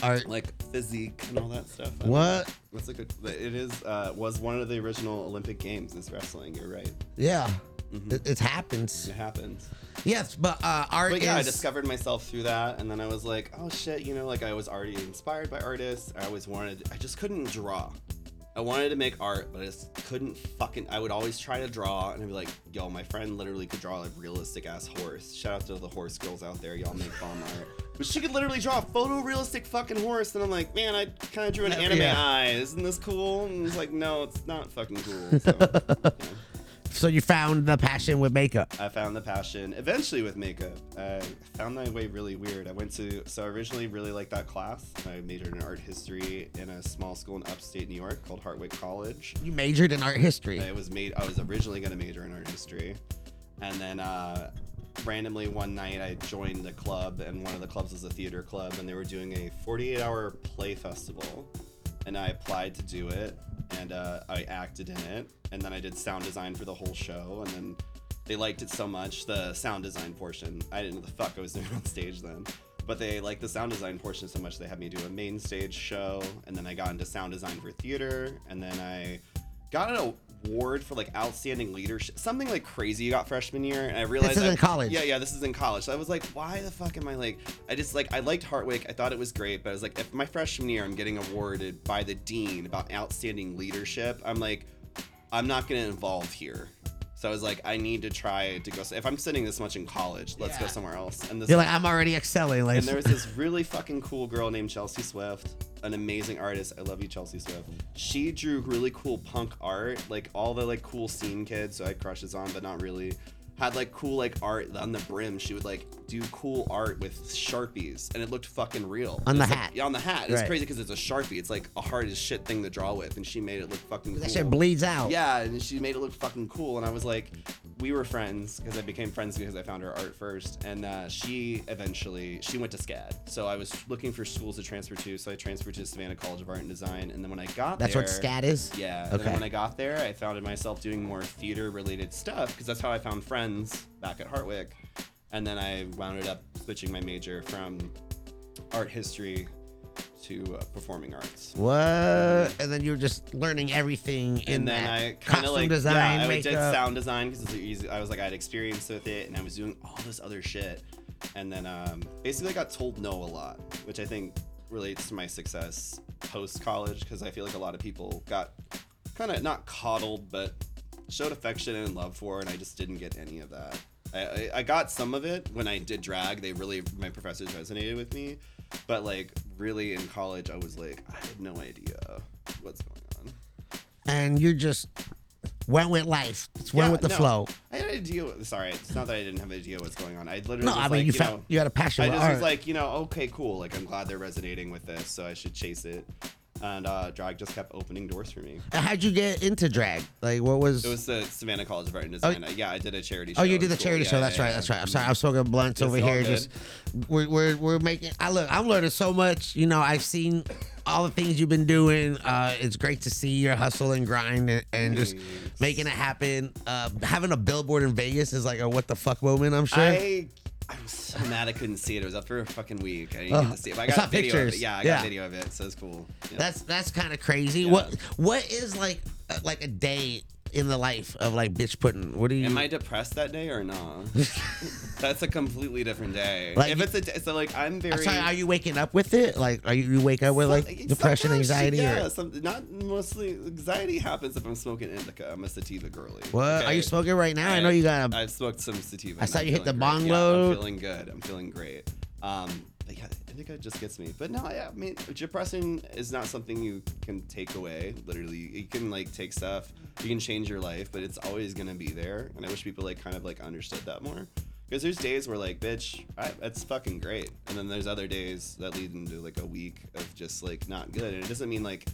S1: art.
S5: like physique and all that stuff. I don't
S1: What?
S5: know. That's a good. It is uh, was one of the original Olympic games. Is wrestling. You're right.
S1: Yeah,
S5: Mm-hmm.
S1: it, it happens.
S5: It happens.
S1: Yes, but uh, art
S5: But yeah, I
S1: is.
S5: discovered myself through that, and then I was like, oh shit, you know, like I was already inspired by artists. I always wanted. I just couldn't draw. I wanted to make art, but I just couldn't fucking. I would always try to draw, and I'd be like, "Yo, my friend literally could draw a realistic ass horse." Shout out to the horse girls out there, y'all make bomb art. But she could literally draw a photorealistic fucking horse, and I'm like, man, I kind of drew an anime
S1: yeah.
S5: eye. Isn't this cool? And it's like, no, it's not fucking cool. So, yeah.
S1: so you found the passion with makeup.
S5: I found the passion eventually with makeup. I found my way really weird. I went to, so I originally really liked that class. I majored in art history in a small school in upstate New York called Hartwick College.
S1: You majored in art history.
S5: I was made. I was originally going to major in art history, and then uh, randomly one night I joined the club, and one of the clubs was a theater club, and they were doing a 48-hour play festival, and I applied to do it, and uh, I acted in it, and then I did sound design for the whole show, and then they liked it so much the sound design portion. I didn't know the fuck I was doing on stage then. But they liked the sound design portion so much they had me do a main stage show, and then I got into sound design for theater, and then I got an award for like outstanding leadership, something like crazy you got freshman year. And I realized
S1: is
S5: I-
S1: in college.
S5: Yeah, yeah, this is in college. So I was like, why the fuck am I like? I just like I liked Hartwick. I thought it was great, but I was like, if my freshman year I'm getting awarded by the dean about outstanding leadership, I'm like, I'm not gonna involve here. So I was like, I need to try to go. If I'm sitting this much in college, let's go
S1: Yeah.
S5: somewhere else. And this
S1: You're like, I'm already excelling. Like,
S5: and there was this really fucking cool girl named Chelsea Swift, an amazing artist. I love you, Chelsea Swift. She drew really cool punk art, like all the like cool scene kids who I had crushes on, but not really. Had like cool like art on the brim. She would like do cool art with sharpies, and it looked fucking real.
S1: On the
S5: It's, like,
S1: hat.
S5: yeah, on the hat. It's
S1: Right.
S5: crazy because it's a sharpie. It's like a hard as shit thing to draw with, and she made it look fucking.
S1: that
S5: cool.
S1: shit bleeds out.
S5: Yeah, and she made it look fucking cool. And I was like, we were friends because I became friends because I found her art first. And uh, she eventually she went to SCAD, so I was looking for schools to transfer to. So I transferred to Savannah College of Art and Design. And then when I got
S1: That's
S5: there,
S1: what scat is.
S5: Yeah. And
S1: Okay.
S5: then when I got there, I found myself doing more theater related stuff because that's how I found friends back at Hartwick. And then I wound up switching my major from art history to uh, performing arts.
S1: What? And then you're just learning everything in
S5: and then
S1: that.
S5: I kind
S1: costume
S5: of like
S1: design,
S5: yeah, I
S1: makeup.
S5: did sound design because it's easy. I was like I had experience with it, and I was doing all this other shit, and then um, basically I got told no a lot, which I think relates to my success post college because I feel like a lot of people got kind of not coddled, but showed affection and love for, her, and I just didn't get any of that. I, I, I got some of it when I did drag. They really, my professors resonated with me, but like really in college, I was like, I had no idea what's going on.
S1: and you just went with life. It's went
S5: Yeah,
S1: with the
S5: no.
S1: flow.
S5: I had an idea. Sorry, it's not that I didn't have an idea what's going on. I literally
S1: No,
S5: was
S1: I mean
S5: like,
S1: you
S5: you
S1: felt
S5: know,
S1: you had a passion.
S5: I
S1: for
S5: just
S1: art.
S5: was like, you know, okay, cool. Like, I'm glad they're resonating with this, so I should chase it. And uh, drag just kept opening doors for me.
S1: And how'd you get into drag? Like, what was?
S5: It was the Savannah College of Art and Design. yeah, I did a charity show.
S1: oh, you did
S5: in
S1: the
S5: school.
S1: charity
S5: Yeah,
S1: show.
S5: yeah,
S1: That's right.
S5: yeah.
S1: That's right. I'm sorry. I'm smoking blunts
S5: It's
S1: over
S5: all
S1: here.
S5: good.
S1: Just we're, we're we're making. I look. I'm learning so much. You know, I've seen all the things you've been doing. Uh, it's great to see your hustle and grind and, and just making it happen. Uh, having a billboard in Vegas is like a what the fuck moment. I'm sure.
S5: I I'm so mad I couldn't see it. It was up for a fucking week. I didn't
S1: Ugh,
S5: get to see it. But I
S1: I
S5: got
S1: saw
S5: video of
S1: pictures.
S5: it. Yeah, I got
S1: Yeah.
S5: video of it, so it's cool. Yeah.
S1: That's that's kind of crazy. What what is like uh, like a day in the life of like bitch pudding? What do you?
S5: Am I depressed that day or not? That's a completely different day.
S1: Like-
S5: if it's a day, so like I'm very.
S1: I'm sorry, are you waking up with it? Like, are you, you wake up with like
S5: Some-
S1: depression,
S5: sometimes,
S1: anxiety,
S5: Yeah,
S1: or
S5: some, not mostly. Anxiety happens if I'm smoking indica. I'm a sativa girly.
S1: what? Are
S5: okay?
S1: you smoking right now? I, know you got. A,
S5: I've smoked some sativa.
S1: I
S5: and
S1: saw
S5: I'm
S1: you hit the
S5: feeling great.
S1: bong
S5: Yeah,
S1: load.
S5: I'm feeling good. I'm feeling great. Um, but yeah, indica just gets me. But no, yeah, I mean, depression is not something you can take away. Literally, you can like take stuff. You can change your life, but it's always gonna be there. And I wish people like kind of like understood that more. Because there's days where like, bitch, I, that's fucking great, and then there's other days that lead into like a week of just like not good. And it doesn't mean like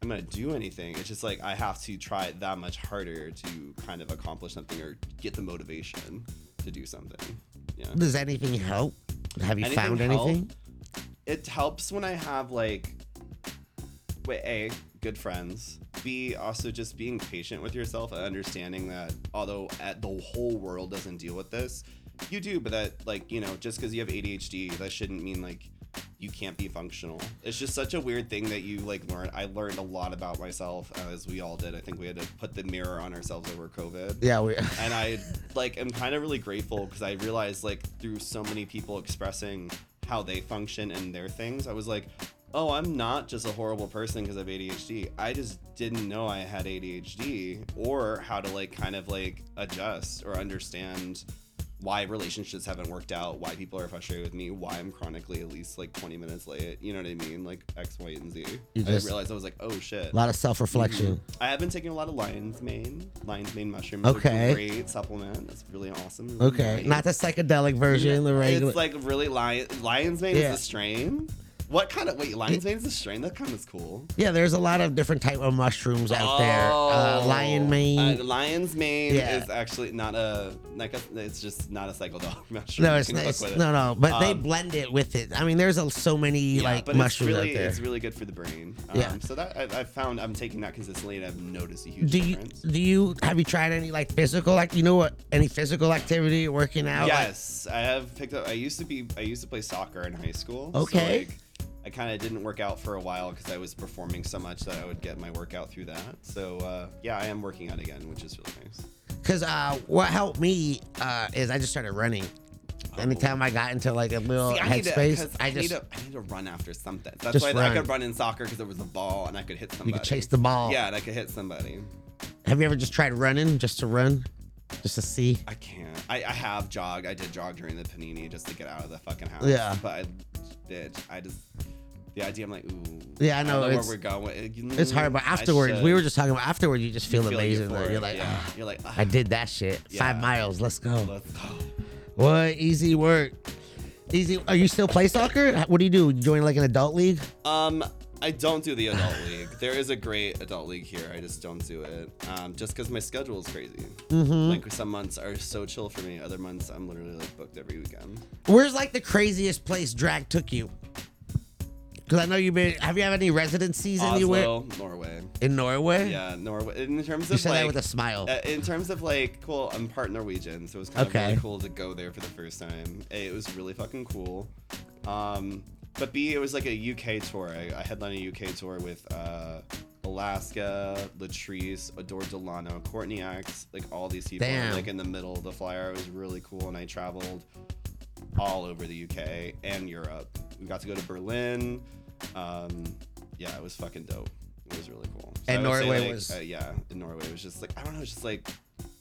S5: I'm gonna do anything. It's just like I have to try that much harder to kind of accomplish something or get the motivation to do something. Yeah.
S1: does anything help? Have you found
S5: help?
S1: anything?
S5: It helps when I have like, wait, a good friends. B also just being patient with yourself and understanding that although at the whole world doesn't deal with this, you do. But that like you know just because you have ADHD, that shouldn't mean like you can't be functional. It's just such a weird thing that you like learn. I learned a lot about myself as we all did. I think we had to put the mirror on ourselves over COVID
S1: Yeah, we,
S5: and I like am kind of really grateful because I realized like through so many people expressing how they function and their things, I was like, oh, I'm not just a horrible person because of ADHD. I just didn't know I had ADHD or how to like kind of like adjust or understand why relationships haven't worked out, why people are frustrated with me, why I'm chronically at least like 20 minutes late. You know what I mean? Like X, Y, and Z. I
S1: You just-
S5: realized I was like, oh shit.
S1: a lot of self-reflection.
S5: I have been taking a lot of lion's mane. Lion's mane mushrooms. which is a
S1: Okay.
S5: Great supplement. It's really awesome. really
S1: Okay,
S5: great.
S1: not the psychedelic version, the regular.
S5: Mm-hmm. It's like really lion. Lion's mane
S1: Yeah.
S5: is a strain. What kind of wait? Lion's mane is a strain. That kind of is cool.
S1: yeah, there's a lot of different type of mushrooms out there. Uh,
S5: Oh.
S1: lion mane.
S5: Uh, lion's mane
S1: Yeah.
S5: is actually not a like a, It's just not a psychedelic mushroom.
S1: no,
S5: You
S1: it's,
S5: can
S1: not,
S5: fuck
S1: it's
S5: with it.
S1: no, no. But they
S5: Um,
S1: blend it with it. I mean, there's a, so many like
S5: but
S1: mushrooms
S5: it's really,
S1: out there.
S5: It's really good for the brain. Um,
S1: Yeah.
S5: So that I, I found I'm taking that consistently, and I've noticed a huge
S1: Do you
S5: difference.
S1: do you have you tried any like physical like you know what any physical activity working out? like-
S5: Yes, I have picked up. I used to be. I used to play soccer in high school.
S1: Okay.
S5: So like, I kind of didn't work out for a while because I was performing so much that I would get my workout through that. So uh, yeah, I am working out again, which is really nice.
S1: Cause uh, what helped me uh, is I just started running. Anytime I got into like a little
S5: Oh. See, I need to- 'cause
S1: headspace, I,
S5: I,
S1: just
S5: need to. I need to run after something. That's
S1: Just
S5: why I
S1: run.
S5: could run in soccer because there was a ball and I could hit somebody.
S1: you could chase the ball.
S5: Yeah, and I could hit somebody.
S1: Have you ever just tried running just to run, just to see?
S5: I can't. I, I have jogged. I did jog during the panini just to get out of the fucking house.
S1: Yeah.
S5: But I, bitch, I just the idea. I'm like, ooh.
S1: Yeah, I know,
S5: don't
S1: it's-
S5: where we're going.
S1: It's hard, but
S5: Mm, I
S1: afterwards,
S5: should.
S1: we were just talking about afterwards. You just feel,
S5: You feel
S1: amazing. Like,
S5: euphoric,
S1: you're like,
S5: yeah.
S1: "Ah,
S5: you're like,
S1: I did that shit. Five
S5: Yeah.
S1: miles. Let's go.
S5: Let's go.
S1: What easy work. Easy. Are you still play soccer? What do you do? You join like an adult league?
S5: Um, I don't do the adult league. There is a great adult league here. I just don't do it. Um, just because my schedule is crazy.
S1: Mm-hmm.
S5: Like some months are so chill for me. Other months I'm literally like booked every weekend.
S1: Where's like the craziest place drag took you? Because I know you've been. Have you had any residencies anywhere
S5: Oslo, Norway.
S1: in Norway?
S5: Yeah, Norway. In terms of
S1: You said
S5: like,
S1: that with a smile.
S5: Uh, in terms of like, cool, I'm part Norwegian, so it was kind
S1: Okay.
S5: of really cool to go there for the first time. A, it was really fucking cool. Um, but B, it was like a UK tour. I, I headlined a UK tour with uh, Alaska, Latrice, Adore Delano, Courtney X, like all these people,
S1: Damn.
S5: like in the middle of the flyer. It was really cool, and I traveled all over the UK and Europe. We got to go to Berlin. Um, yeah, it was fucking dope. It was really cool. So
S1: And
S5: I would say,
S1: Norway
S5: like,
S1: was-
S5: uh, yeah, in Norway was just like I don't know, it's just like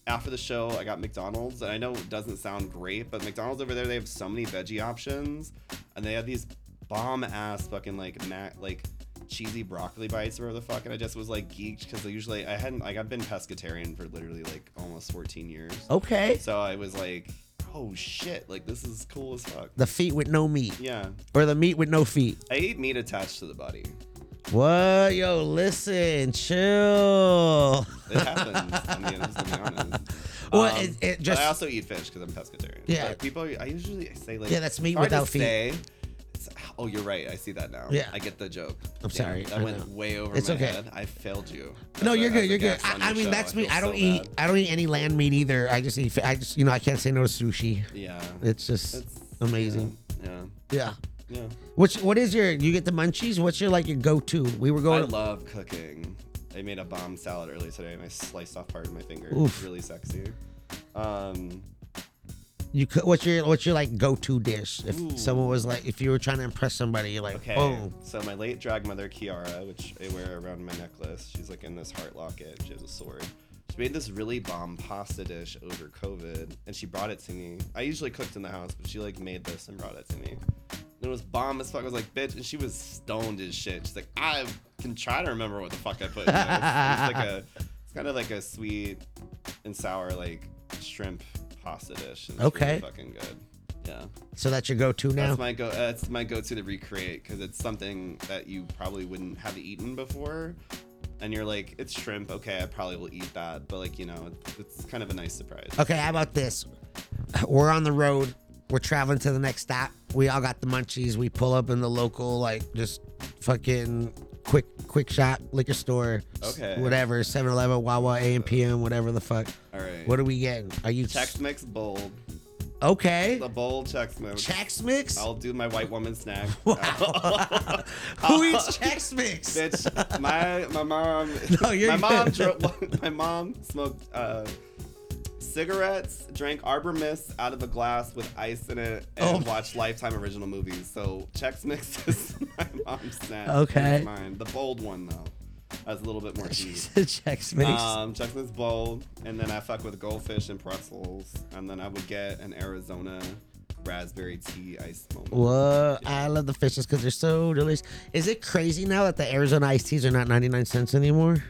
S5: after the show I got McDonald's and I know it doesn't sound great, but McDonald's over there they have so many veggie options and they have these bomb ass fucking like mac like cheesy broccoli bites or whatever the fuck and I just was like geeked because usually I hadn't like I've been pescatarian for literally like almost 14 years.
S1: Okay.
S5: So I was like, oh shit, like this is cool as fuck.
S1: The feet with no meat,
S5: Yeah.
S1: or the meat with no feet.
S5: I ate meat attached to the body.
S1: What? Yo, listen, chill.
S5: It happens. I mean, I'm just gonna be honest. Um,
S1: Well, it- it
S5: but
S1: just-
S5: I also eat fish because I'm pescatarian.
S1: Yeah.
S5: But people, I usually say like.
S1: Yeah, that's meat
S5: it's hard to
S1: without feet.
S5: say. It's- oh, you're right. I see that now.
S1: Yeah.
S5: I get the joke.
S1: I'm
S5: Damn,
S1: sorry,
S5: That
S1: I
S5: went
S1: know.
S5: way over
S1: It's
S5: my
S1: okay.
S5: head. I failed you.
S1: No,
S5: As a-
S1: you're
S5: as
S1: good.
S5: a
S1: You're good.
S5: guest
S1: I,
S5: on
S1: I
S5: your
S1: mean,
S5: show,
S1: that's me.
S5: feel
S1: I don't
S5: so
S1: eat.
S5: bad.
S1: I don't eat any land meat either. I just eat. fi- I just, you know, I can't say no to sushi.
S5: Yeah.
S1: It's just
S5: It's-
S1: amazing.
S5: Yeah.
S1: Yeah.
S5: Yeah.
S1: What's what is your? You get the munchies. What's your like your go-to? We were
S5: I
S1: going.
S5: love cooking. I made a bomb salad earlier today and I sliced off part of my finger.
S1: Oof.
S5: It's really sexy. Um,
S1: you cook. What's your what's your like go-to dish? If
S5: Ooh.
S1: someone was like, if you were trying to impress somebody, you're like,
S5: Okay.
S1: oh,
S5: So my late drag mother Kiara, which I wear around my necklace, she's like in this heart locket. She has a sword. She made this really bomb pasta dish over COVID, and she brought it to me. I usually cooked in the house, but she like made this and brought it to me. And it was bomb as fuck. I was like, bitch, and she was stoned as shit. She's like, I can try to remember what the fuck I put. in this. It's like a, it's kind of like a sweet and sour like shrimp pasta dish. And it's
S1: Okay.
S5: really fucking good. Yeah.
S1: so that's your go-to now.
S5: That's my go. That's my go-to to recreate because it's something that you probably wouldn't have eaten before, and you're like, it's shrimp. Okay, I probably will eat that, but like you know, it's, it's kind of a nice surprise.
S1: Okay, how about this? We're on the road. We're traveling to the next stop. We all got the munchies. We pull up in the local, like, just fucking quick, quick shot liquor store. s-
S5: Okay.
S1: Whatever, 7 Eleven, Wawa, AM, PM, whatever the fuck.
S5: All right.
S1: What are we getting? Are you.
S5: Chex Mix bold.
S1: Okay.
S5: The bold Chex Mix.
S1: Chex Mix?
S5: I'll do my white woman snack.
S1: Who eats Chex Mix?
S5: Bitch, my my mom.
S1: No, you're
S5: my mom.
S1: good.
S5: Dro- my mom smoked uh, cigarettes, drank Arbor Mist out of a glass with ice in it, and
S1: Oh my-
S5: watched Lifetime original movies. So Chex Mix is my mom's snack.
S1: Okay.
S5: It's Mine. The bold one though, that's a little bit more
S1: She
S5: cheese.
S1: said Chex Mix.
S5: Um, Chex Mix bold, and then I fuck with goldfish and pretzels, and then I would get an Arizona raspberry tea ice moment.
S1: Whoa, I love the fishes because they're so delicious. Is it crazy now that the Arizona iced teas are not 99 cents anymore?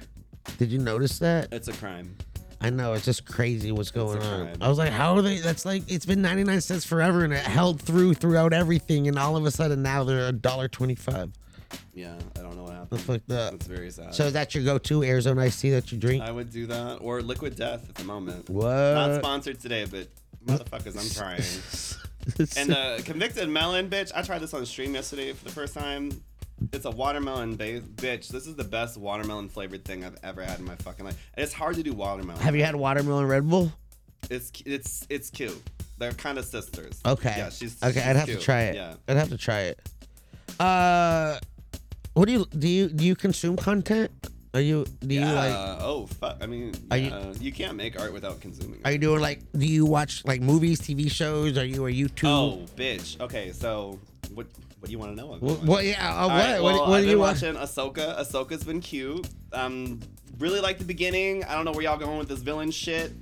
S1: Did you notice that?
S5: It's a crime.
S1: I know, it's just crazy what's going
S5: a
S1: on.
S5: crime.
S1: I was like, how are they? That's like, it's been 99 cents forever and it held through throughout everything. And all of a sudden now they're $1.25.
S5: Uh, Yeah, I don't know what happened.
S1: That's fucked up.
S5: It's very sad.
S1: So is that your go to Arizona iced tea that you drink?
S5: I would do that or Liquid Death at the moment. Not
S1: What?
S5: sponsored today, but motherfuckers, I'm trying. and uh, convicted melon, bitch. I tried this on stream yesterday for the first time. It's a watermelon base, bitch. This is the best watermelon flavored thing I've ever had in my fucking life. And it's hard to do watermelon.
S1: Have you had watermelon Red Bull?
S5: It's it's it's cute. They're kind of sisters.
S1: Okay.
S5: Yeah, she's
S1: okay.
S5: she's
S1: I'd have
S5: cute.
S1: to try it.
S5: Yeah.
S1: I'd have to try it. Uh, what do you do? You do you consume content? Are you do you like?
S5: Uh, oh fuck! I mean,
S1: Are you-
S5: yeah, you, can't make art without consuming. it.
S1: Are you doing like? Do you watch like movies, TV shows? Are you a YouTube?
S5: Oh, bitch. Okay, so what what do you want to know?
S1: Wh-
S5: about?
S1: What? Yeah. Uh, what?
S5: All right,
S1: what?
S5: well,
S1: What
S5: I've
S1: do
S5: been
S1: you watch?
S5: watching Ahsoka. Ahsoka's been cute. Um, really like the beginning. I don't know where y'all going with this villain shit.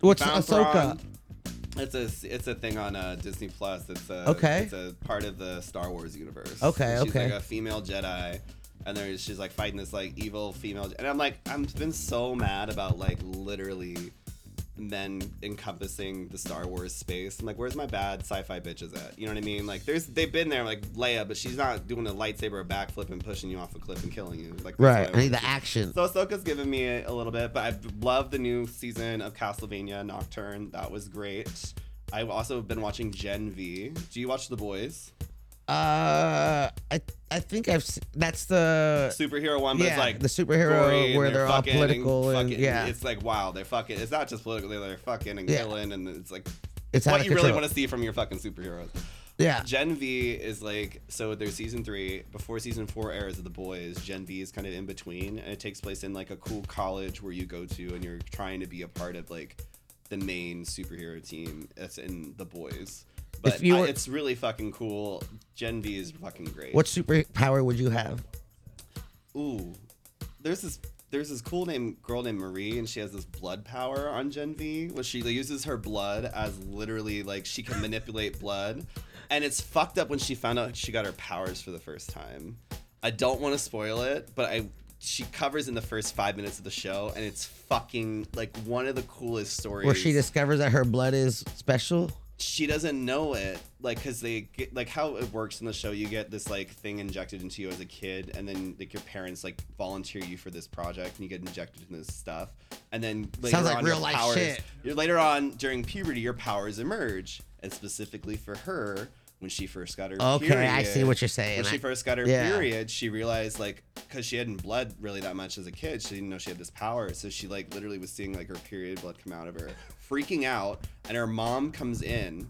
S1: What's
S5: Found
S1: Ahsoka?
S5: Thrawn. It's a it's a thing on uh, Disney Plus. It's a
S1: Okay.
S5: It's a part of the Star Wars universe.
S1: Okay,
S5: And she's
S1: okay.
S5: like a female Jedi, and there she's like fighting this like evil female. And I'm like, I've been so mad about like literally men encompassing the Star Wars space. I'm like, where's my bad sci-fi bitches at? You know what I mean? Like, there's they've been there, like Leia, but she's not doing a lightsaber backflip and pushing you off a cliff and killing you. Like, that's
S1: Right.
S5: what
S1: I
S5: I
S1: need the action.
S5: so Ahsoka's given me a, a little bit, but I love the new season of Castlevania Nocturne. That was great. I've also been watching Gen V. Do you watch The Boys?
S1: Uh, I I think I've. se- That's the.
S5: Superhero one, but
S1: Yeah,
S5: it's like
S1: the superhero
S5: gory and
S1: where they're all
S5: fucking
S1: political and-
S5: fucking-
S1: yeah.
S5: it's like wow, they're fucking. It's not just political; they're fucking and
S1: Yeah.
S5: killing, and it's like
S1: It's out
S5: what
S1: of
S5: you really
S1: control.
S5: want to see from your fucking superheroes.
S1: Yeah.
S5: Gen V is like so there's season three before season four airs of the boys. Gen V is kind of in between, and it takes place in like a cool college where you go to and you're trying to be a part of like the main superhero team that's in the boys. But
S1: you
S5: I-
S1: were-
S5: it's really fucking cool. Gen V is fucking great.
S1: What superpower would you have?
S5: ooh, there's this there's this cool name girl named Marie, and she has this blood power on Gen V, where she uses her blood as literally like she can manipulate blood, and it's fucked up when she found out she got her powers for the first time. I don't want to spoil it, but I she covers in the first five minutes of the show, and it's fucking like one of the coolest stories.
S1: Where she discovers that her blood is special.
S5: she doesn't know it like because they get like how it works in the show you get this like thing injected into you as a kid and then like your parents like volunteer you for this project and you get injected into this stuff and then later
S1: like
S5: on, your
S1: real life
S5: powers,
S1: shit.
S5: you're later on during puberty your powers emerge and specifically for her when she first got her
S1: Okay,
S5: period,
S1: I see what you're saying.
S5: when she
S1: I-
S5: first got her
S1: yeah.
S5: period she realized like because she hadn't bled really that much as a kid she didn't know she had this power so she like literally was seeing like her period blood come out of her freaking out and her mom comes in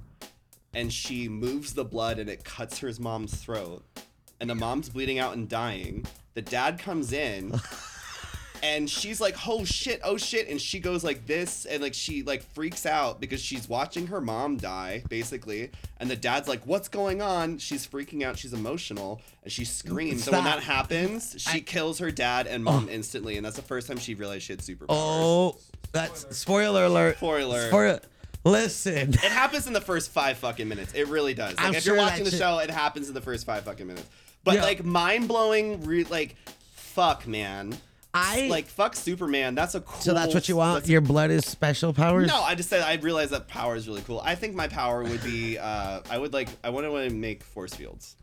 S5: and she moves the blood and it cuts her mom's throat and the mom's bleeding out and dying the dad comes in and she's like oh shit oh shit and she goes like this and like she like freaks out because she's watching her mom die basically and the dad's like what's going on she's freaking out she's emotional and she screams and when
S1: Stop.
S5: that happens she kills her dad and mom instantly and that's the first time she realized she had superpowers
S1: Oh, that's spoiler alert.
S5: Spoiler.
S1: Spoiler. Listen.
S5: It happens in the first five fucking minutes. It really does. Like,
S1: I'm
S5: if
S1: sure
S5: you're
S1: that
S5: watching the
S1: shit-
S5: show, it happens in the first five fucking minutes. But
S1: Yeah.
S5: like mind blowing, re- like fuck, man.
S1: I-
S5: like fuck Superman. That's a cool.
S1: So that's what you want?
S5: that's-
S1: Your blood is special powers?
S5: no, I just said I realized that power is really cool. I think my power would be uh, I would like I want to make force fields.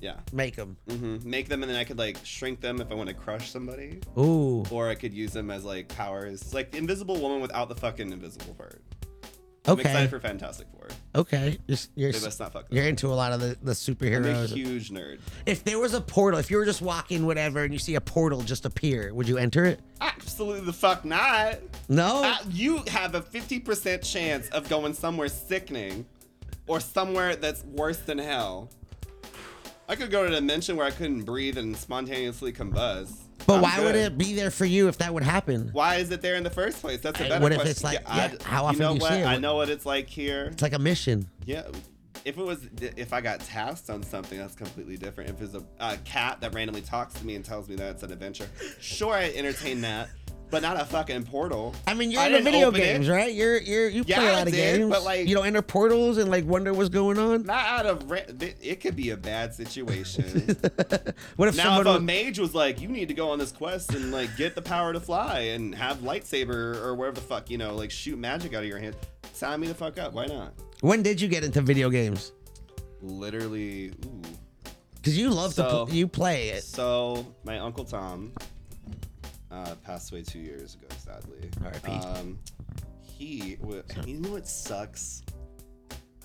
S5: Yeah,
S1: Make them.
S5: hmm make them and then I could like shrink them if I want to crush somebody,
S1: Ooh.
S5: or I could use them as like powers, like the Invisible Woman without the fucking invisible part. I'm
S1: Okay.
S5: excited for Fantastic Four.
S1: Okay. You're, s- you're,
S5: They
S1: s-
S5: must not fuck. Them.
S1: you're into a lot of the, the
S5: I'm a
S1: superheroes.
S5: huge nerd.
S1: If there was a portal, if you were just walking, whatever, and you see a portal just appear, would you enter it?
S5: Absolutely the fuck not.
S1: No.
S5: Uh, you have a 50% chance of going somewhere sickening or somewhere that's worse than hell. I could go to a dimension where I couldn't breathe and spontaneously combust.
S1: but
S5: I'm
S1: why would
S5: good.
S1: it be there for you if that would happen?
S5: Why is it there in the first place? That's a
S1: Hey,
S5: better
S1: what if
S5: question.
S1: it's like-
S5: I-
S1: yeah, how often
S5: you know
S1: do you
S5: what?
S1: see it?
S5: I know what it's like here.
S1: It's like a mission.
S5: Yeah. If it was, if I got tasked on something, that's completely different. If it's a, a cat that randomly talks to me and tells me that it's an adventure, sure, I entertain that, but not a fucking portal.
S1: I mean, you're
S5: I
S1: into
S5: didn't
S1: video
S5: open it.
S1: games, right? You're you're you
S5: Yeah,
S1: play a
S5: I
S1: lot of
S5: did,
S1: games.
S5: but, like-
S1: you don't enter portals and like wonder what's going on.
S5: Not out of ra- th- it could be a bad situation.
S1: What if
S5: now, if
S1: someone
S5: a mage was like, "You need to go on this quest and like get the power to fly and have lightsaber or whatever the fuck you know, like shoot magic out of your hand," sign me the fuck up. Why not?
S1: When did you get into video games?
S5: Literally, ooh.
S1: Because you love to
S5: So-
S1: pl- you play it.
S5: So my uncle Tom uh, passed away two years ago, sadly.
S1: R.I.P.
S5: Um, he, wa- and you know what sucks?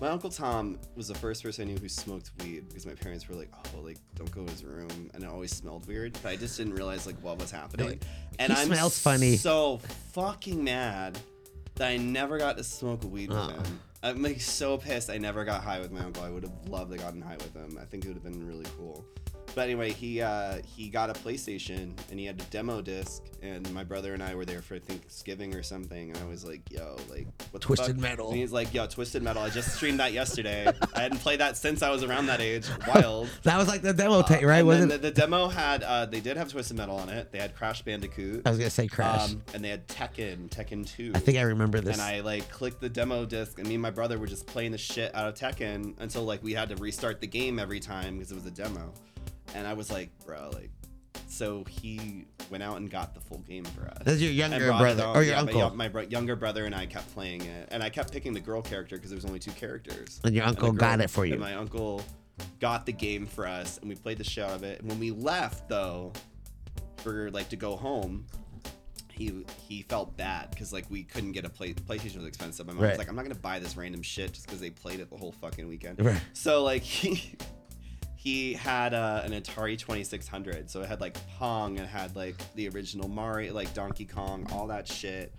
S5: My uncle Tom was the first person I knew who smoked weed because my parents were like, "Oh, like don't go to his room," and it always smelled weird. But I just didn't realize like what was happening. And
S1: "He
S5: I'm
S1: smells funny."
S5: So fucking mad that I never got to smoke weed with
S1: Uh-uh.
S5: him. I'm like so pissed I never got high with my uncle. I would have loved to gotten high with him. I think it would have been really cool. But anyway, he uh, he got a PlayStation and he had a demo disc, and my brother and I were there for Thanksgiving or something, and I was like, "Yo, like what the
S1: Twisted
S5: fuck?
S1: Metal.
S5: And he's like, "Yo, Twisted Metal. I just streamed that yesterday. I hadn't played that since I was around that age. Wild."
S1: That was like the demo tape, right?
S5: Uh, And then
S1: Wasn't?
S5: the, the demo had uh, they did have Twisted Metal on it. They had Crash Bandicoot,
S1: I was gonna say Crash.
S5: um, and they had Tekken, Tekken Two.
S1: I think I remember this.
S5: And I like clicked the demo disc, and me and my brother were just playing the shit out of Tekken until like we had to restart the game every time because it was a demo. And I was like, bro, like, so he went out and got the full game for us.
S1: That's your
S5: And
S1: younger
S5: brought it
S1: brother
S5: home.
S1: or your
S5: Yeah, but
S1: uncle.
S5: yeah, my bro- younger brother and I kept playing it, and I kept picking the girl character because there was only two characters.
S1: And your
S5: the
S1: uncle got
S5: girl-
S1: it for you.
S5: And my uncle got the game for us, and we played the shit out of it. And when we left, though, for like to go home, he he felt bad because like we couldn't get a play. PlayStation was expensive. My mom
S1: Right.
S5: was like, "I'm not gonna buy this random shit just because they played it the whole fucking weekend."
S1: Right.
S5: So like he he had uh, an Atari 2600, so it had like Pong, it had like the original Mario, like Donkey Kong, all that shit.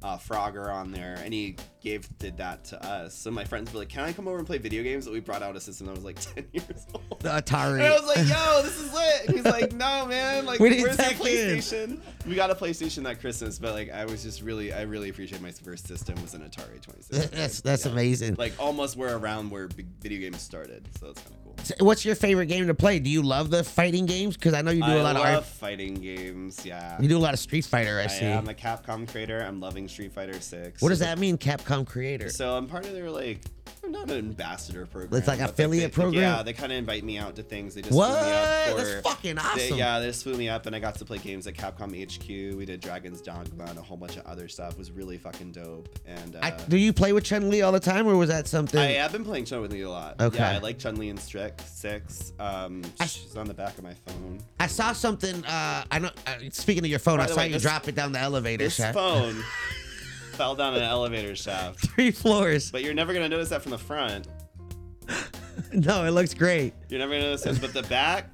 S5: Uh, Frogger on there, and he gave did that to us. So my friends were like, "Can I come over and play video games?" But we brought out a system that was like 10 years old.
S1: the Atari.
S5: And I was like, "Yo, this is lit." And he's like, "No, man. Like,
S1: We need
S5: where's the
S1: tech in."
S5: PlayStation? We got a PlayStation that Christmas, but like, I was just really, I really appreciate my first system was an Atari 26.
S1: that's that's amazing.
S5: like almost where around where big video games started, so that's kind of cool.
S1: what's what's your favorite game to play? Do you love the fighting games? Because I know you do a
S5: I
S1: lot
S5: love
S1: of
S5: fighting games. Yeah.
S1: you do a lot of Street Fighter. I,
S5: I
S1: see.
S5: am a Capcom creator. I'm loving Street Fighter 6.
S1: what does that mean, Capcom creator?
S5: So I'm part of their like I'm not an ambassador program.
S1: It's like
S5: but
S1: affiliate
S5: they- they-
S1: program?
S5: Yeah, they kind of invite me out to things. They just
S1: What?
S5: flew me up for,
S1: That's fucking
S5: They,
S1: awesome.
S5: yeah, they just flew me up, and I got to play games at Capcom HQ. We did Dragon's Dogma and a whole bunch of other stuff. It was really fucking dope. And uh,
S1: I, do you play with Chun Li all the time, or was that something?
S5: I uh, have been playing Chun Li a lot.
S1: Okay.
S5: Yeah, I like Chun Li and Strict Six. Um,
S1: I-
S5: she's on the back of my phone.
S1: I saw something. Uh, I know. Uh, speaking of your phone,
S5: By
S1: I
S5: the
S1: saw
S5: way,
S1: you
S5: this-
S1: drop it down the elevator.
S5: This
S1: Shaq.
S5: phone fell down an elevator shaft,
S1: Three floors.
S5: but you're never gonna notice that from the front.
S1: No, it looks great.
S5: You're never gonna notice this, but the back.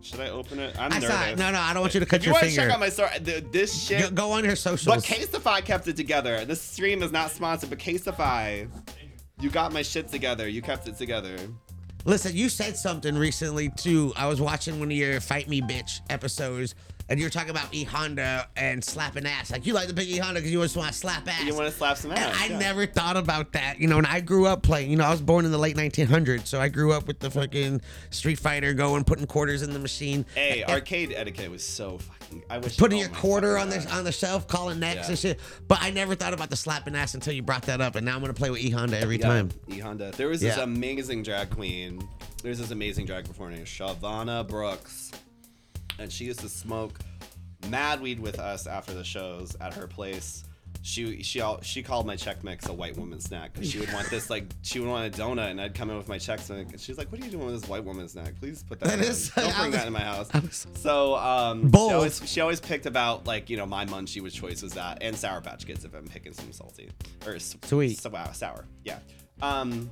S5: Should I open it? I'm
S1: I
S5: nervous.
S1: saw it. No, no, I don't want you to cut
S5: If you
S1: your
S5: want to
S1: finger.
S5: check out my story, th- this shit.
S1: go, go on her
S5: but
S1: socials.
S5: Caseify kept it together. This stream is not sponsored, but Caseify, you got my shit together. You kept it together.
S1: Listen, you said something recently too. I was watching one of your "Fight Me, Bitch" episodes, and you were talking about E Honda and slapping ass. Like you like the big E Honda because you just want to slap ass.
S5: You want to slap some
S1: And
S5: ass?
S1: I
S5: yeah.
S1: never thought about that. You know, and I grew up playing, you know, I was born in the late 1900s, so I grew up with the fucking Street Fighter going, putting quarters in the machine.
S5: Hey,
S1: And-
S5: arcade etiquette was so fucking. I wish.
S1: Putting
S5: oh
S1: your
S5: my
S1: quarter on
S5: fucking
S1: the
S5: God.
S1: on the shelf, calling next
S5: Yeah.
S1: and shit. But I never thought about the slapping ass until you brought that up, and now I'm gonna play with E Honda every
S5: Yeah,
S1: time.
S5: E Honda. There was this
S1: Yeah.
S5: amazing drag queen. There's this amazing drag performer named Shavana Brooks, and she used to smoke mad weed with us after the shows at her place. She she all, she called my check mix a white woman snack because she would want this like she would want a donut and I'd come in with my check mix and she's like, "What are you doing with this white woman snack? Please put that.
S1: That
S5: down.
S1: is-
S5: Don't
S1: I
S5: bring
S1: was-
S5: that in my house."
S1: I was-
S5: so um,
S1: Bold.
S5: She, always, she always picked about like you know my munchie which choice was that and sour patch kids if I'm picking some salty or s-
S1: Sweet.
S5: so wow, sour. Yeah. Um,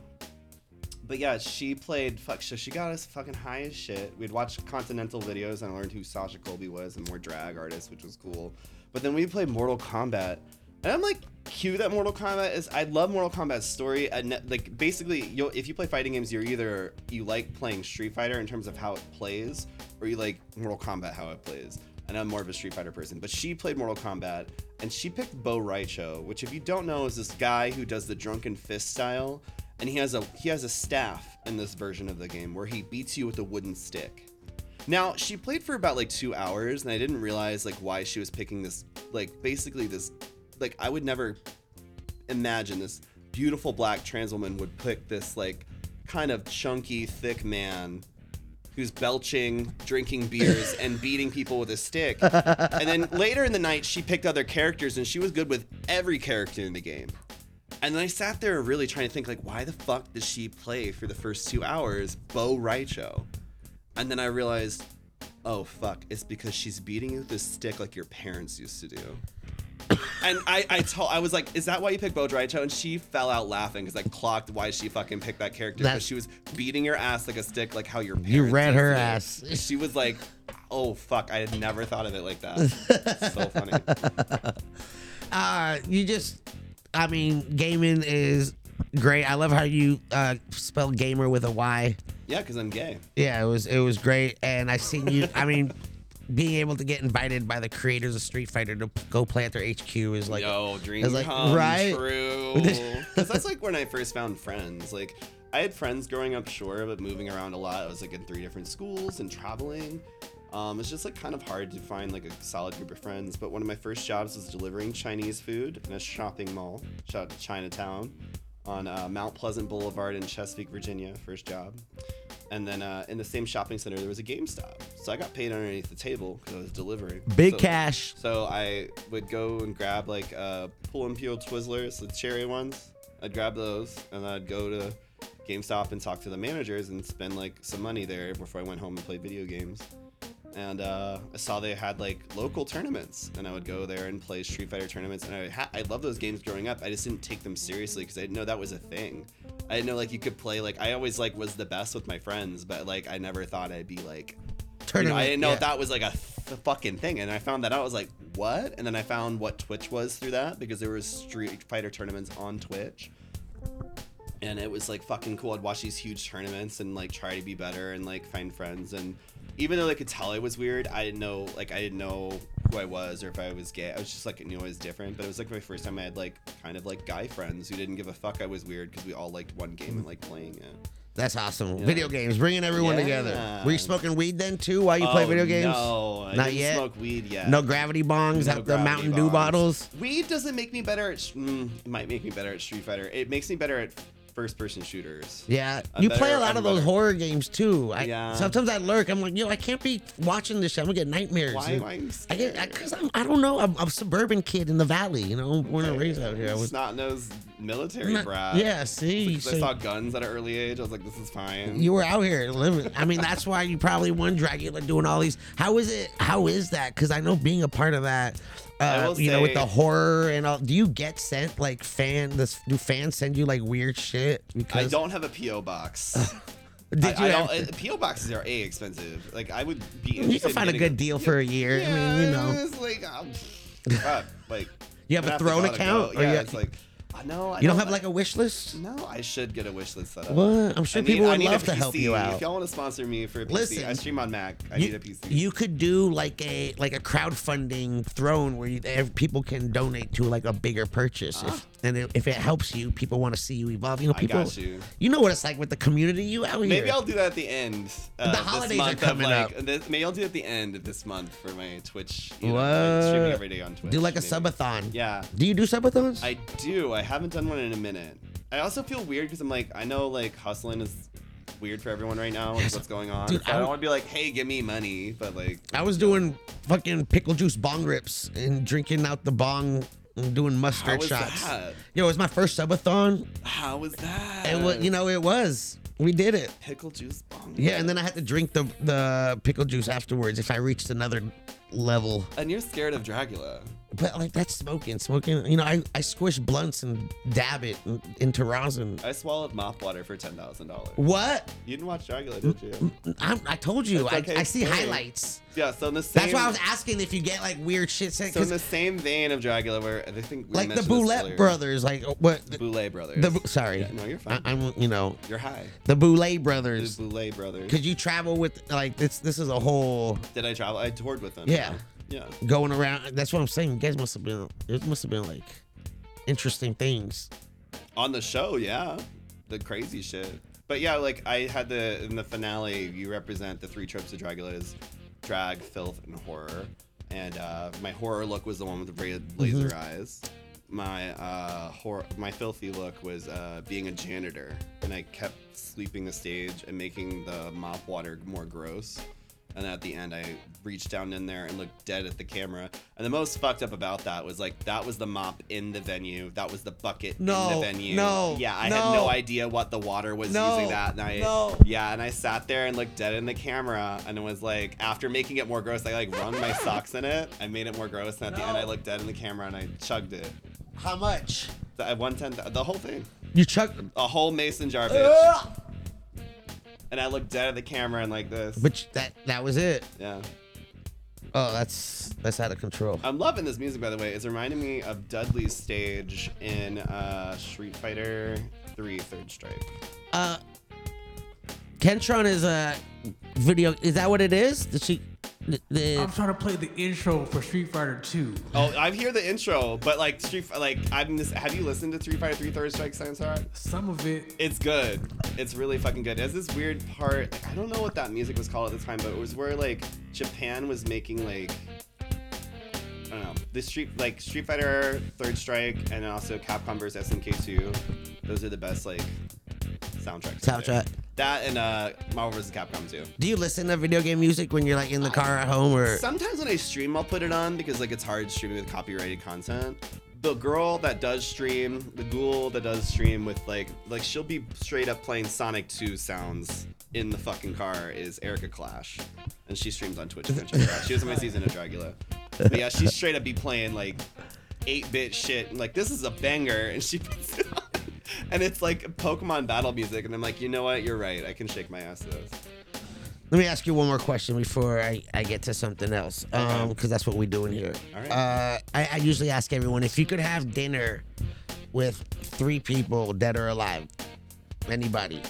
S5: but yeah, she played fuck. So she got us fucking high as shit. We'd watch Continental videos and I learned who Sasha Colby was and more drag artists, which was cool. But then we played Mortal Kombat, and I'm like, cue that Mortal Kombat is. I love Mortal Kombat's story. And that- like basically, you'll if you play fighting games, you're either you like playing Street Fighter in terms of how it plays, or you like Mortal Kombat how it plays and I'm more of a Street Fighter person, but she played Mortal Kombat and she picked Bo Raicho, which if you don't know is this guy who does the drunken fist style, and he has a he has a staff in this version of the game where he beats you with a wooden stick. Now she played for about like two hours, and I didn't realize like why she was picking this like basically this like I would never imagine this beautiful black trans woman would pick this like kind of chunky thick man who's belching, drinking beers, and beating people with a stick. and then later in the night, she picked other characters, and she was good with every character in the game. And then I sat there really trying to think, like, why the fuck did she play for the first two hours Bo Raicho? And then I realized, oh fuck, it's because she's beating you with this stick like your parents used to do. And I, I told, I was like, "Is that why you picked Bo Raicho?" And she fell out laughing because I clocked why she fucking picked that character
S1: That-
S5: because she was beating her ass like a stick, like how your parents
S1: You read
S5: used
S1: her
S5: to do.
S1: ass.
S5: She was like, "Oh fuck, I had never thought of it like that." so funny.
S1: uh, you just, I mean, gaming is great. I love how you uh, spell gamer with a Y.
S5: Yeah, because I'm gay.
S1: Yeah, it was it was great, and I seen you. I mean, being able to get invited by the creators of Street Fighter to p- go play at their HQ is like
S5: Yo, dream
S1: it's like,
S5: come
S1: right?
S5: true. Because that's like when I first found friends. Like I had friends growing up, sure, but moving around a lot. I was like in three different schools and traveling. Um, it's just like kind of hard to find like a solid group of friends. But one of my first jobs was delivering Chinese food in a shopping mall. Shout out to Chinatown on uh, Mount Pleasant Boulevard in Chesapeake, Virginia. First job. And then uh, in the same shopping center, there was a GameStop. So I got paid underneath the table because I was delivering.
S1: big
S5: So-
S1: cash.
S5: so I would go and grab like uh, pull and peel Twizzlers, the cherry ones. I'd grab those and I'd go to GameStop and talk to the managers and spend like some money there before I went home and played video games. And uh, I saw they had like local tournaments, and I would go there and play Street Fighter tournaments. And I ha- I love those games growing up. I just didn't take them seriously because I didn't know that was a thing. I didn't know like you could play like I always like was the best with my friends, but like I never thought I'd be like you know,
S1: Tournament.
S5: I didn't know
S1: yeah.
S5: if that was like a th- fucking thing, and I found that out. I was like, what? And then I found what Twitch was through that because there was Street Fighter tournaments on Twitch, and it was like fucking cool. I'd watch these huge tournaments and like try to be better and like find friends. And even though they could tell I was weird, I didn't know like I didn't know who I was or if I was gay. I was just like knew I was different. But it was like my first time I had like kind of like guy friends who didn't give a fuck I was weird because we all liked one game and like playing it.
S1: That's awesome. Video games, bringing everyone together.
S5: Yeah.
S1: Were you smoking weed then too while you play
S5: Oh,
S1: video games?
S5: No, I
S1: Not
S5: didn't
S1: yet?
S5: smoke weed yet.
S1: No gravity bongs
S5: No
S1: out the
S5: gravity
S1: Mountain Dew
S5: bombs.
S1: bottles.
S5: Weed doesn't make me better at. Sh- mm, it might make me better at Street Fighter. It makes me better at first-person shooters.
S1: Yeah,
S5: I'm
S1: you
S5: better-
S1: play a lot
S5: I'm
S1: of those
S5: better.
S1: horror games too. I,
S5: Yeah.
S1: Sometimes I lurk. I'm like, yo, I can't be watching this. shit. I'm gonna get nightmares.
S5: Why
S1: dude.
S5: am I
S1: I
S5: scared?
S1: get because I'm I don't know. I'm, I'm a suburban kid in the valley. You know, born and raised out here. I was.
S5: Snot nosed military brat.
S1: yeah, see,
S5: Because
S1: so-
S5: I saw guns at an early age. I was like, this is fine.
S1: You were out here living. I mean, that's why you probably won Dracula doing all these. How is it? How is that? Because I know being a part of that,
S5: I
S1: uh,
S5: will
S1: you know, with
S5: say-
S1: the horror and all. Do you get sent like fan? This do fans send you like weird shit?
S5: I
S1: Because
S5: don't have a PO box.
S1: Did
S5: I-
S1: you?
S5: I don't-
S1: have-
S5: uh, PO boxes are a expensive. Like I would be.
S1: you
S5: interested
S1: can
S5: in
S1: find a
S5: getting
S1: good deal for a year. I mean, you know.
S5: it's like, um, crap, like
S1: You have a
S5: half the
S1: throne
S5: gotta
S1: account,
S5: go.
S1: or
S5: Yeah,
S1: you-
S5: it's like uh, no. I
S1: You don't have like a wish list?
S5: No, I should get a wish list set up.
S1: What? I'm sure
S5: I need-
S1: people
S5: I
S1: would
S5: need a
S1: love to help
S5: PC.
S1: you
S5: If
S1: out.
S5: y'all want to sponsor me for a PC, I
S1: Listen,
S5: stream on Mac. I need a PC.
S1: You could do like a like a crowdfunding throne where you, ev- people can donate to like a bigger purchase, if, and it, if it helps you, people want to see you evolve. You know,
S5: Uh-huh. I
S1: people.
S5: got you.
S1: know what it's like with the community. You out here.
S5: Maybe I'll do that at the end. Uh,
S1: The holidays
S5: this
S1: are
S5: month
S1: coming
S5: of, like,
S1: up.
S5: This, maybe I'll do it at the end of this month for my Twitch. You know, I'm streaming
S1: What?
S5: every day on Twitch.
S1: do like a
S5: maybe.
S1: subathon.
S5: Yeah.
S1: Do you do subathons?
S5: I do. I haven't done one in a minute. I also feel weird because I'm like, I know like hustling is weird for everyone right now with what's going on.
S1: Dude,
S5: so I,
S1: I
S5: don't
S1: w-
S5: want to be like, hey, give me money, but like,
S1: I was doing fucking pickle juice bong rips and drinking out the bong and doing mustard
S5: How was
S1: shots.
S5: that?
S1: Yo, it was my first subathon.
S5: how was that?
S1: And what you know, it was. We did it.
S5: pickle juice bong.
S1: Yeah, and then I had to drink the the pickle juice afterwards if I reached another level.
S5: And you're scared of Dracula.
S1: But like that's smoking, smoking. You know, I I squish blunts and dab it in- into rosin.
S5: I swallowed mop water for ten thousand dollars.
S1: What?
S5: You didn't watch Dracula, did you?
S1: I'm, I told you,
S5: That's
S1: I,
S5: okay,
S1: I see
S5: it's fine.
S1: highlights.
S5: Yeah. So in the same.
S1: That's why I was asking if you get like weird shit sent.
S5: So in
S1: 'cause,
S5: the same vein of Dracula, where I think we
S1: like the
S5: mentioned this
S1: Boulette
S5: earlier.
S1: brothers, like uh, what? The,
S5: Boulet brothers.
S1: the sorry, Uh-uh.
S5: Yeah, no, you're fine.
S1: I, am you know
S5: you're high.
S1: the Boulette
S5: The
S1: brothers.
S5: Boulet brothers.
S1: Could you travel with like this? This is a whole
S5: Did I travel? I toured with them.
S1: Yeah.
S5: Yeah.
S1: going around. That's what I'm saying. You guys must have been. It must have been like interesting things.
S5: on the show, yeah, the crazy shit. But yeah, like I had the in the finale, you represent the three tropes of Dracula's drag, filth, and horror. And uh, my horror look was the one with the ra-
S1: Mm-hmm.
S5: laser eyes. My uh, hor- my filthy look was uh, being a janitor, and I kept sweeping the stage and making the mop water more gross. And at the end, I reached down in there and looked dead at the camera. And the most fucked up about that was like that was the mop in the venue. That was the bucket in
S1: No,
S5: the venue.
S1: no,
S5: Yeah, I
S1: no.
S5: had no idea what the water was
S1: No,
S5: using that night.
S1: no.
S5: Yeah, and I sat there and looked dead in the camera and it was like after making it more gross, I like wrung my socks in it. I made it more gross and at the end I looked dead in the camera and I chugged it.
S1: How much?
S5: The- I one ten the whole thing.
S1: You chuck,
S5: A whole mason jar bitch. And I looked dead at the camera and like this.
S1: but that that was it.
S5: yeah.
S1: Oh, that's that's out of control.
S5: I'm loving this music, by the way. It's reminding me of Dudley's stage in uh, Street Fighter 3 Third Strike.
S1: Uh, Kentron is a video. Is that what it is? Did she? The, the-
S3: I'm trying to play the intro for Street Fighter 2.
S5: Oh, I hear the intro, but like Street, Fi- like I'm. This, have you listened to Street Fighter 3 Third Strike Science Art?
S3: Some of it,
S5: It's good. It's really fucking good. There's this weird part. Like, I don't know what that music was called at the time, but it was where like Japan was making like I don't know the Street like Street Fighter Third Strike and also Capcom vs SNK2. Those are the best like soundtracks. out there.
S1: Soundtrack.
S5: That and uh Marvel vs Capcom 2.
S1: do you listen to video game music when you're like in the car at home or?
S5: Sometimes when I stream, I'll put it on because like it's hard streaming with copyrighted content. The girl that does stream, the ghoul that does stream with like like she'll be straight up playing Sonic 2 sounds in the fucking car is Erica Clash, and she streams on Twitch. you can check her out. She was in my season of Dracula. But yeah, she straight up be playing like 8-bit shit. And, like this is a banger, and she puts it on, and it's like Pokemon battle music. And I'm like, you know what? You're right. I can shake my ass to this.
S1: Let me ask you one more question before I, I get to something else, because that's what we do in here.
S5: All right.
S1: Uh, I, I usually ask everyone if you could have dinner with three people, dead or alive, anybody,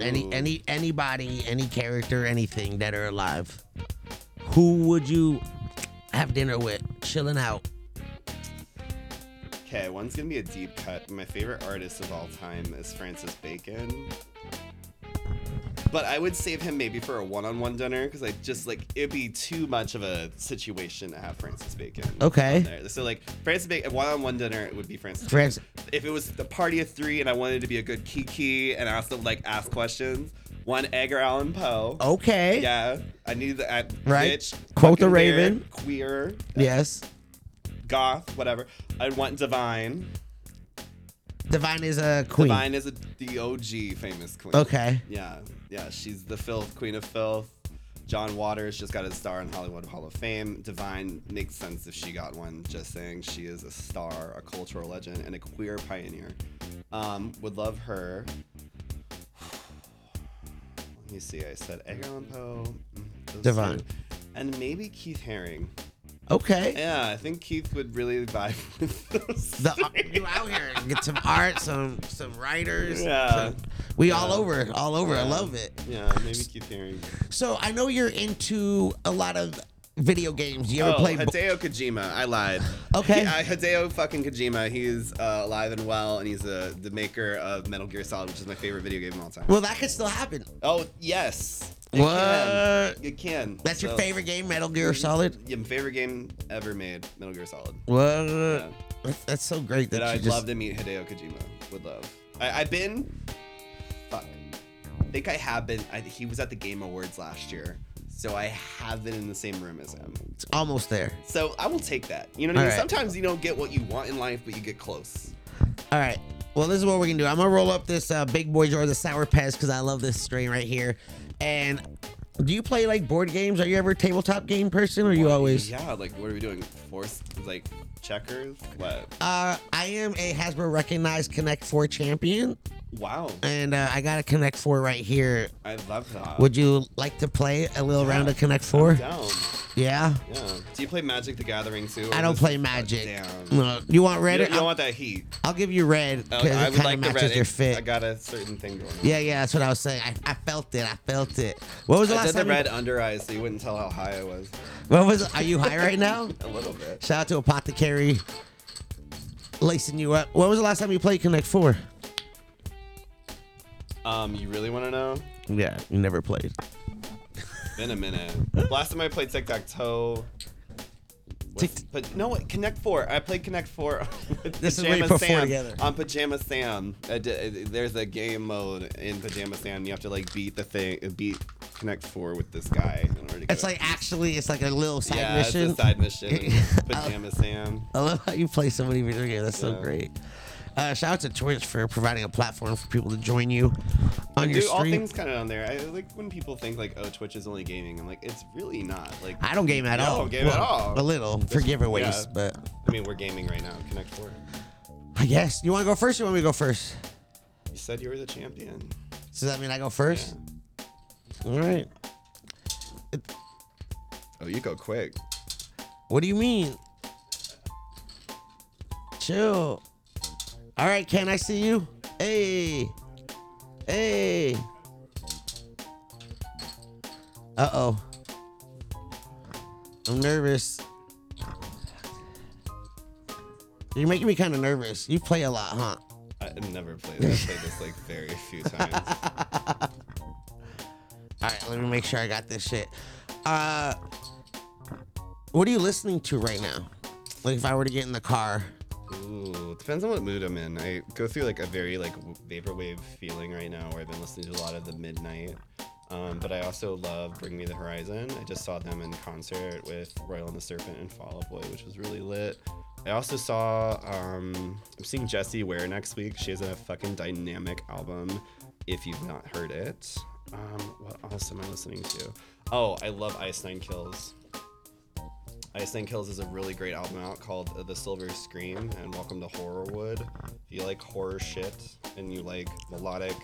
S1: any
S5: Ooh.
S1: any anybody, any character, anything, dead or alive, who would you have dinner with, chilling out?
S5: Okay, one's gonna be a deep cut. My favorite artist of all time is Francis Bacon. But I would save him maybe for a one-on-one dinner because I just like it'd be too much of a situation to have Francis Bacon.
S1: Okay.
S5: on there. So like Francis Bacon, a one-on-one dinner it would be Francis.
S1: Francis-
S5: Bacon. If it was the party of three and I wanted to be a good Kiki and I also like ask questions, one Edgar Allan Poe.
S1: Okay.
S5: Yeah, I need that.
S1: Right.
S5: Bitch,
S1: Quote the
S5: fucking weird,
S1: Raven.
S5: Queer,
S1: Yes.
S5: goth, whatever. I want Divine.
S1: Divine is a queen.
S5: Divine is a, the OG famous queen.
S1: Okay.
S5: Yeah, yeah, she's the filth queen of filth. John Waters just got a star in Hollywood Hall of Fame. Divine makes sense if she got one. Just saying, she is a star, a cultural legend, and a queer pioneer. Um, would love her. Let me see. I said Edgar Allan Poe. Mm, those two.
S1: Divine.
S5: And maybe Keith Haring.
S1: Okay.
S5: Yeah, I think Keith would really vibe with those.
S1: The, uh, you out here get some art, some some writers.
S5: Yeah.
S1: some- we all over, all over. I love it.
S5: yeah, maybe Keith Haring.
S1: So I know you're into a lot of video games. You ever
S5: Oh,
S1: play? bo-
S5: Hideo Kojima. I lied.
S1: Okay.
S5: He- uh, Hideo fucking Kojima. He's uh, alive and well, and he's uh, the maker of Metal Gear Solid, which is my favorite video game of all time.
S1: Well, that could still happen.
S5: oh yes. It
S1: What?
S5: Can. It can.
S1: That's your
S5: So,
S1: favorite game, Metal Gear Solid.
S5: Your favorite game ever made, Metal Gear Solid.
S1: What?
S5: Yeah.
S1: That's- That's so great that
S5: That
S1: you
S5: I'd
S1: just.
S5: love to meet Hideo Kojima. Would love. I, I've been. Fuck. I think I have been. I, he was at the Game Awards last year, so I have been in the same room as him.
S1: It's almost there.
S5: So I will take that. You know what I mean?
S1: Alright.
S5: Sometimes you don't get what you want in life, but you get close.
S1: All right. Well, this is what we're gonna do. I'm gonna roll up this uh, Big Boy Jar, the Sour Patch, because I love this strain right here. And do you play like board games? Are you ever a tabletop game person? Or you always?
S5: Yeah, like what are we doing? Force like checkers? What?
S1: Uh, I am a Hasbro recognized Connect Four champion,
S5: Wow.
S1: and uh, I got a Connect Four right here.
S5: I love that.
S1: Would you like to play a little round of Connect Four?
S5: down.
S1: Yeah.
S5: Yeah. Do you play Magic the Gathering too? or
S1: I don't
S5: just-
S1: play Magic.
S5: Damn.
S1: No. You want
S5: You
S1: red?
S5: don't, you
S1: I'll,
S5: don't want that heat.
S1: I'll give you red
S5: Oh,
S1: because
S5: I
S1: it
S5: would
S1: kind
S5: like
S1: of
S5: the
S1: matches
S5: red.
S1: your
S5: It-
S1: fit.
S5: I got a certain thing going on.
S1: yeah, yeah, that's what I was saying. I, I felt it. I felt it. What was the
S5: I
S1: last
S5: did the
S1: time? you-
S5: red under eyes so you wouldn't tell how high I was.
S1: What was? Are you high right now?
S5: A little bit.
S1: Shout out to Apothecary lacing you up. When was the last time you played Connect Four?
S5: Um, you really want to know?
S1: Yeah, you never played.
S5: Been a minute. Last time I played tic tac toe. was-
S1: Tic-
S5: But no, wait, Connect Four. I played Connect Four. with
S1: This is where you
S5: Pajama
S1: put four
S5: Sam.
S1: together.
S5: On Pajama Sam, I did, there's a game mode in Pajama Sam. You have to like beat the thing, beat Connect Four with this guy in order to. Get
S1: It's
S5: it.
S1: like actually, it's like a little side
S5: yeah,
S1: mission.
S5: it's a side mission. in Pajama Sam.
S1: I love how you play so many video games. That's so
S5: Yeah.
S1: great. Uh, shout out to Twitch for providing a platform for people to join you on
S5: I
S1: your
S5: do all
S1: stream.
S5: things kind of on there. I like when people think like, oh, Twitch is only gaming. I'm like, it's really not. Like,
S1: I don't game at
S5: You
S1: all.
S5: don't game at all.
S1: A little for giveaways,
S5: yeah.
S1: but
S5: I mean, we're gaming right now. Connect Four.
S1: I guess you want to go first. Or you want me to go first?
S5: You said you were the champion.
S1: So does that mean I go first? All right.
S5: Oh, you go quick.
S1: What do you mean? Chill. All right, can I see you? Hey. Hey. Uh oh. I'm nervous. You're making me kind of nervous. You play a lot, huh?
S5: I've never played this. I've played this like very few times.
S1: All right, let me make sure I got this shit. Uh, what are you listening to right now? Like, if I were to get in the car,
S5: Ooh, depends on what mood I'm in. I go through like a very like w- vaporwave feeling right now, where I've been listening to a lot of the Midnight. Um, but I also love Bring Me the Horizon. I just saw them in concert with Royal and the Serpent and Fall Out Boy, which was really lit. I also saw um, I'm seeing Jessie Ware next week. She has a fucking dynamic album. If you've not heard it, um, what else am I listening to? Oh, I love Ice Nine Kills. Ice Nine Kills is a really great album out called The Silver Scream and Welcome to Horrorwood. If you like horror shit and you like melodic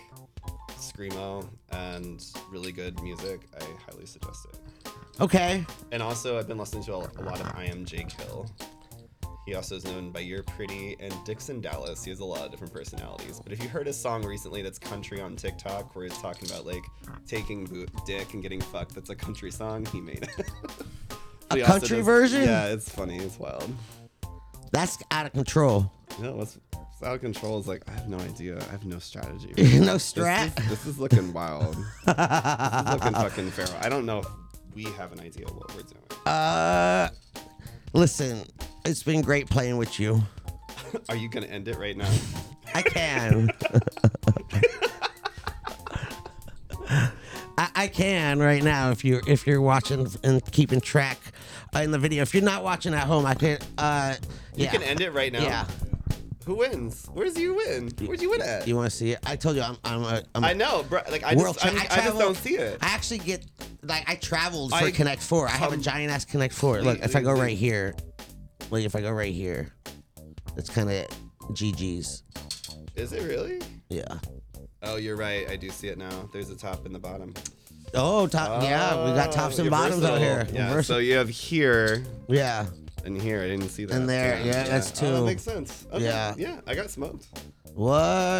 S5: screamo and really good music, I highly suggest it.
S1: okay.
S5: And also, I've been listening to a, a lot of I Am J Kill. He also is known by You're Pretty and Dixon Dallas. He has a lot of different personalities. But if you heard his song recently that's country on TikTok, where it's talking about like taking boot dick and getting fucked, that's a country song. He made it.
S1: A
S5: He also
S1: country
S5: does-
S1: version?
S5: Yeah, it's funny. It's wild.
S1: That's out of control.
S5: No, what's It's out of control. It's like I have no idea. I have no strategy.
S1: no
S5: This
S1: strat.
S5: is, this is looking wild. this is looking fucking feral. I don't know if we have an idea what we're doing.
S1: Uh, listen, it's been great playing with you.
S5: Are you gonna end it right now?
S1: I can. I, I can right now if you if you're watching and keeping track uh, in the video. If you're not watching at home, I can. Uh, yeah.
S5: You can end it right now.
S1: Yeah.
S5: Who wins? Where's you win? Where'd you win at?
S1: You want to see it? I told you I'm I'm a, I'm a
S5: I know, bro. Like I
S1: world.
S5: just, I,
S1: cha-
S5: just- I just
S1: travel-
S5: don't see it.
S1: I actually get like I traveled for
S5: I
S1: Connect Four. I have a giant ass Connect Four. Look, if I go right here, wait, if I go right here, it's kind of GG's.
S5: Is it really?
S1: Yeah.
S5: Oh, you're right. I do see it now. There's a top and the bottom.
S1: Oh, top. yeah, we got tops
S5: Oh,
S1: and
S5: you're
S1: bottoms out here.
S5: versatile. Yeah.
S1: Versi-
S5: So you have here
S1: yeah.
S5: and here. I didn't see that.
S1: And there,
S5: Damn,
S1: yeah, that's
S5: Oh,
S1: two.
S5: that makes sense. Okay.
S1: Yeah.
S5: Yeah. I got smoked.
S1: What?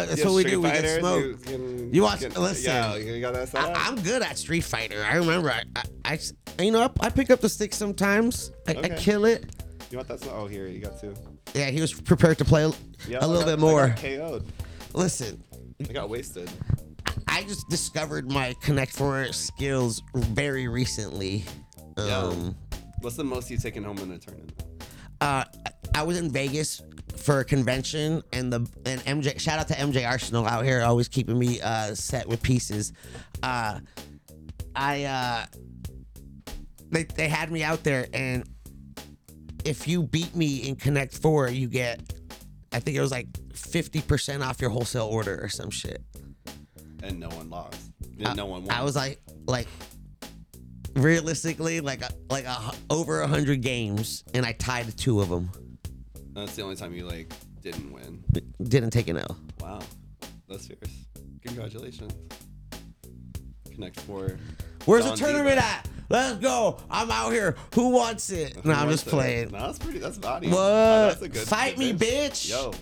S1: That's
S5: Yeah,
S1: what we
S5: Street
S1: do. We get
S5: Fighter,
S1: smoked.
S5: can-
S1: You watch-
S5: can-
S1: listen.
S5: Yeah, you got that set up?
S1: I, I'm good at Street Fighter. I remember. I, I, I s- you know, I, I pick up the stick sometimes. I, I
S5: Okay.
S1: kill it.
S5: You want that? Smoke? Oh, here you got two.
S1: Yeah, he was prepared to play a-
S5: Yeah,
S1: a
S5: I
S1: little
S5: got-
S1: bit more.
S5: I got KO'd.
S1: Listen,
S5: I got wasted.
S1: I just discovered my Connect Four skills very recently.
S5: Yeah.
S1: Um,
S5: What's the most you've taken home in a tournament?
S1: uh, I was in Vegas for a convention, and the and MJ. Shout out to MJ Arsenal out here, always keeping me uh, set with pieces. Uh, I uh, they they had me out there, and if you beat me in Connect Four, you get. I think it was like 50% off your wholesale order or some shit.
S5: And no one lost. And no one won.
S1: I was like, like, realistically, like, a, like a, hu- over a hundred games, and I tied two of them.
S5: That's the only time you like didn't win.
S1: Didn't take an L.
S5: Wow, that's fierce. Congratulations. Connect four.
S1: Where's
S5: Don
S1: the tournament
S5: Diva.
S1: at? Let's go. I'm out here. Who wants it? No,
S5: Who
S1: I'm
S5: wants
S1: just
S5: it?
S1: playing.
S5: No, that's pretty. That's body.
S1: What?
S5: Oh, that's a good-
S1: Fight me,
S5: good
S1: bitch.
S5: Yo,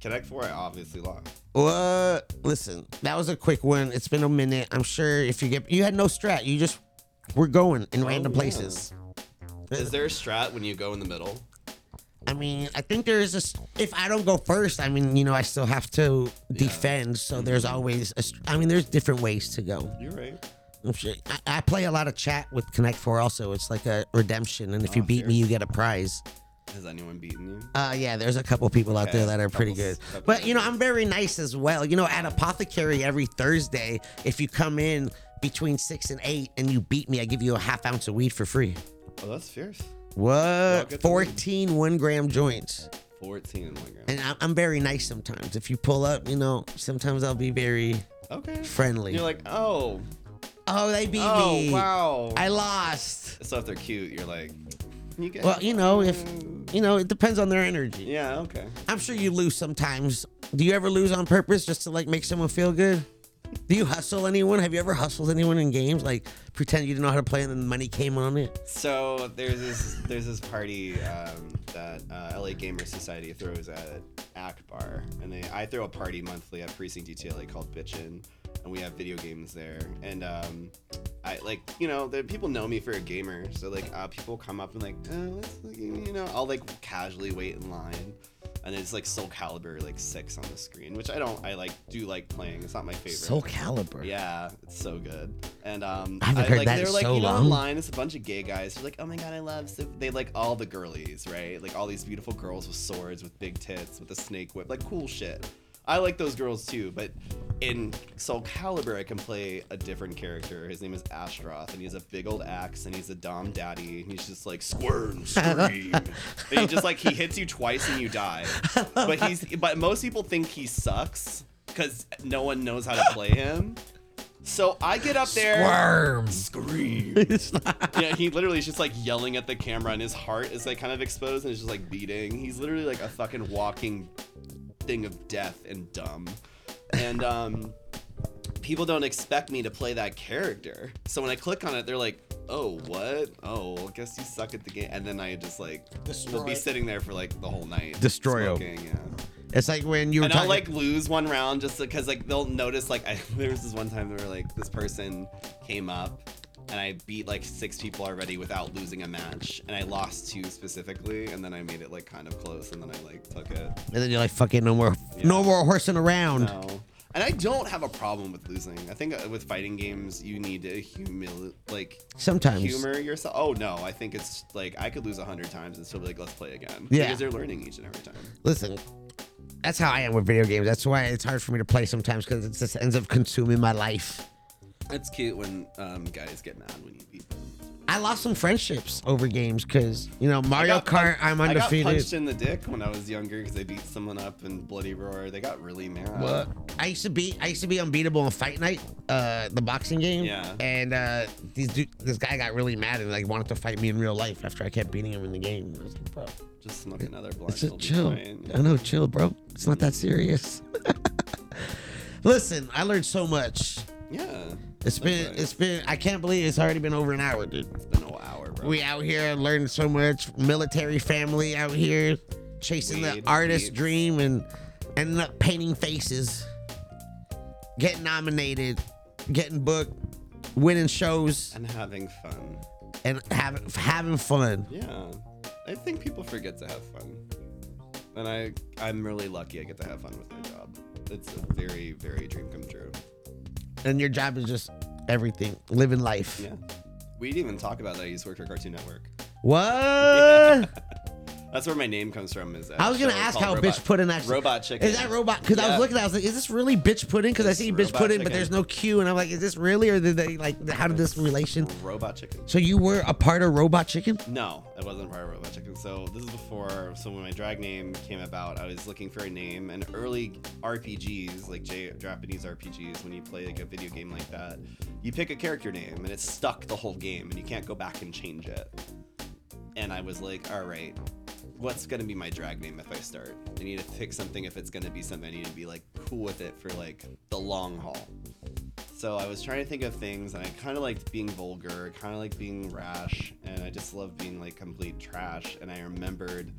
S5: Connect four. I obviously lost.
S1: What? Listen, that was a quick one. It's been a minute. I'm sure if you get, you had no strat. You just were going in random
S5: Oh, yeah.
S1: places.
S5: Is there a strat when you go in the middle?
S1: I mean, I think there is a. s- If I don't go first, I mean, you know, I still have to defend.
S5: Mm-hmm.
S1: So there's always. A, str- I mean, there's different ways to go.
S5: You're right.
S1: Oh, shit. I, I play a lot of chat with Connect Four. Also, it's like a redemption, and if
S5: Oh,
S1: you beat me, you get a prize.
S5: Has anyone beaten you?
S1: Uh, yeah, there's a couple people out there
S5: Okay,
S1: that are pretty
S5: couples-
S1: good,
S5: couples.
S1: but you know, I'm very nice as well. You know, at Apothecary every Thursday, if you come in between six and eight and you beat me, I give you a half ounce of weed for free.
S5: Oh, that's fierce. get the
S1: What?
S5: weed.
S1: 14 one gram joints.
S5: 14 milligrams.
S1: and I- I'm very nice sometimes. If you pull up, you know, sometimes I'll be very
S5: Okay.
S1: friendly.
S5: You're like, oh,
S1: oh, they beat
S5: oh,
S1: me.
S5: wow.
S1: I lost.
S5: so if they're cute, you're like, you get.
S1: Well, you know, if you know, it depends on their energy.
S5: yeah, okay.
S1: I'm sure you lose sometimes. Do you ever lose on purpose just to like make someone feel good? Do you hustle anyone? Have you ever hustled anyone in games? Like pretend you didn't know how to play and then money came on it?
S5: So there's this there's this party um, that uh, LA Gamer Society throws at Akbar, and they I throw a party monthly at Precinct DTLA called Bitchin', and we have video games there. And um, I like you know the people know me for a gamer, so like uh, people come up and like oh, let's, you know I'll like casually wait in line. And it's like Soul Calibur, like six on the screen, which I don't. I like do like playing. It's not my favorite.
S1: Soul Calibur.
S5: Yeah, it's so good. And um,
S1: I haven't heard
S5: like,
S1: that
S5: they're
S1: in
S5: like,
S1: so
S5: you know,
S1: long.
S5: online it's a bunch of gay guys. They're like, oh my god, I love. So they like all the girlies, right? Like all these beautiful girls with swords, with big tits, with a snake whip, like cool shit. I like those girls too, but in Soul Calibur, I can play a different character. His name is Astroth, and he's a big old axe, and he's a dom daddy, and he's just like squirm, scream. and he just like he hits you twice and you die. But he's but most people think he sucks because no one knows how to play him. So I get up there
S1: Worms.
S5: scream. yeah, he literally is just like yelling at the camera, and his heart is like kind of exposed and it's just like beating. He's literally like a fucking walking thing of death and dumb. And um, people don't expect me to play that character. So when I click on it, they're like, oh, what? Oh, well, I guess you suck at the game. And then I just like, will
S1: Destroy.
S5: be sitting there for like the whole night.
S1: Destroy oh. 'em.
S5: smoking, yeah
S1: It's like when you were
S5: and
S1: talking
S5: I'll like lose one round just because like they'll notice like I, there was this one time they were like this person came up and I beat like six people already without losing a match. And I lost two specifically, and then I made it like kind of close, and then I like took it.
S1: And then you're like, fuck it, no more, no more horsing around.
S5: No. And I don't have a problem with losing. I think uh, with fighting games, you need to humil like
S1: Sometimes.
S5: humor yourself. Oh no, I think it's like I could lose a hundred times and still be like, let's play again.
S1: Yeah.
S5: because they're learning each and every time.
S1: Listen, that's how I am with video games. That's why it's hard for me to play sometimes because it just ends up consuming my life.
S5: It's cute when um, guys get mad when you beat them.
S1: I lost some friendships over games because you know Mario
S5: I got
S1: Kart.
S5: punched-
S1: I'm
S5: I got
S1: undefeated.
S5: punched in the dick when I was younger because I beat someone up in Bloody Roar. They got really mad.
S1: Well, I used to be I used to be unbeatable on Fight Night, uh, the boxing game.
S5: Yeah.
S1: And uh, these dude, this guy got really mad and like wanted to fight me in real life after I kept beating him in the game. I was like, bro,
S5: Just smoke another blunt.
S1: it's
S5: it'll
S1: just
S5: be
S1: chill.
S5: fine.
S1: I know, chill, bro. It's not that serious. Listen, I learned so much.
S5: Yeah.
S1: It's been
S5: That's right.
S1: it's been I can't believe it's already been over an hour, dude.
S5: It's been a whole hour, bro.
S1: We out here learning so much. Military family out here chasing the
S5: Weed,
S1: artist
S5: weed.
S1: dream and ending up painting faces, getting nominated, getting booked, winning shows,
S5: and having fun.
S1: and having having fun.
S5: Yeah. I think people forget to have fun. And I, I'm really lucky I get to have fun with my job. It's a very, very dream come true.
S1: And your job is just everything, living life.
S5: Yeah. We didn't even talk about that. I used to work for Cartoon Network.
S1: What?
S5: That's where my name comes from. Is
S1: I was gonna ask how bitch pudding actually.
S5: Robot chicken.
S1: Is that robot? Because I was
S5: Yeah.
S1: looking, at it, I was like, is this really bitch pudding? Because I
S5: It's
S1: see bitch
S5: robot
S1: pudding, but
S5: chicken.
S1: there's no Q, and I'm like, is this really or did they like? How did this relation?
S5: Robot chicken.
S1: So you were a part of Robot Chicken?
S5: No, it wasn't part of Robot Chicken. So this is before. So when my drag name came about, I was looking for a name, and early RPGs, like J- Japanese RPGs, when you play like a video game like that, you pick a character name, and it's stuck the whole game, and you can't go back and change it. And I was like, all right, what's gonna be my drag name if I start? I need to pick something if it's gonna be something. I need to be like cool with it for like the long haul. So I was trying to think of things, and I kind of liked being vulgar, kind of like being rash, and I just love being like complete trash. And I remembered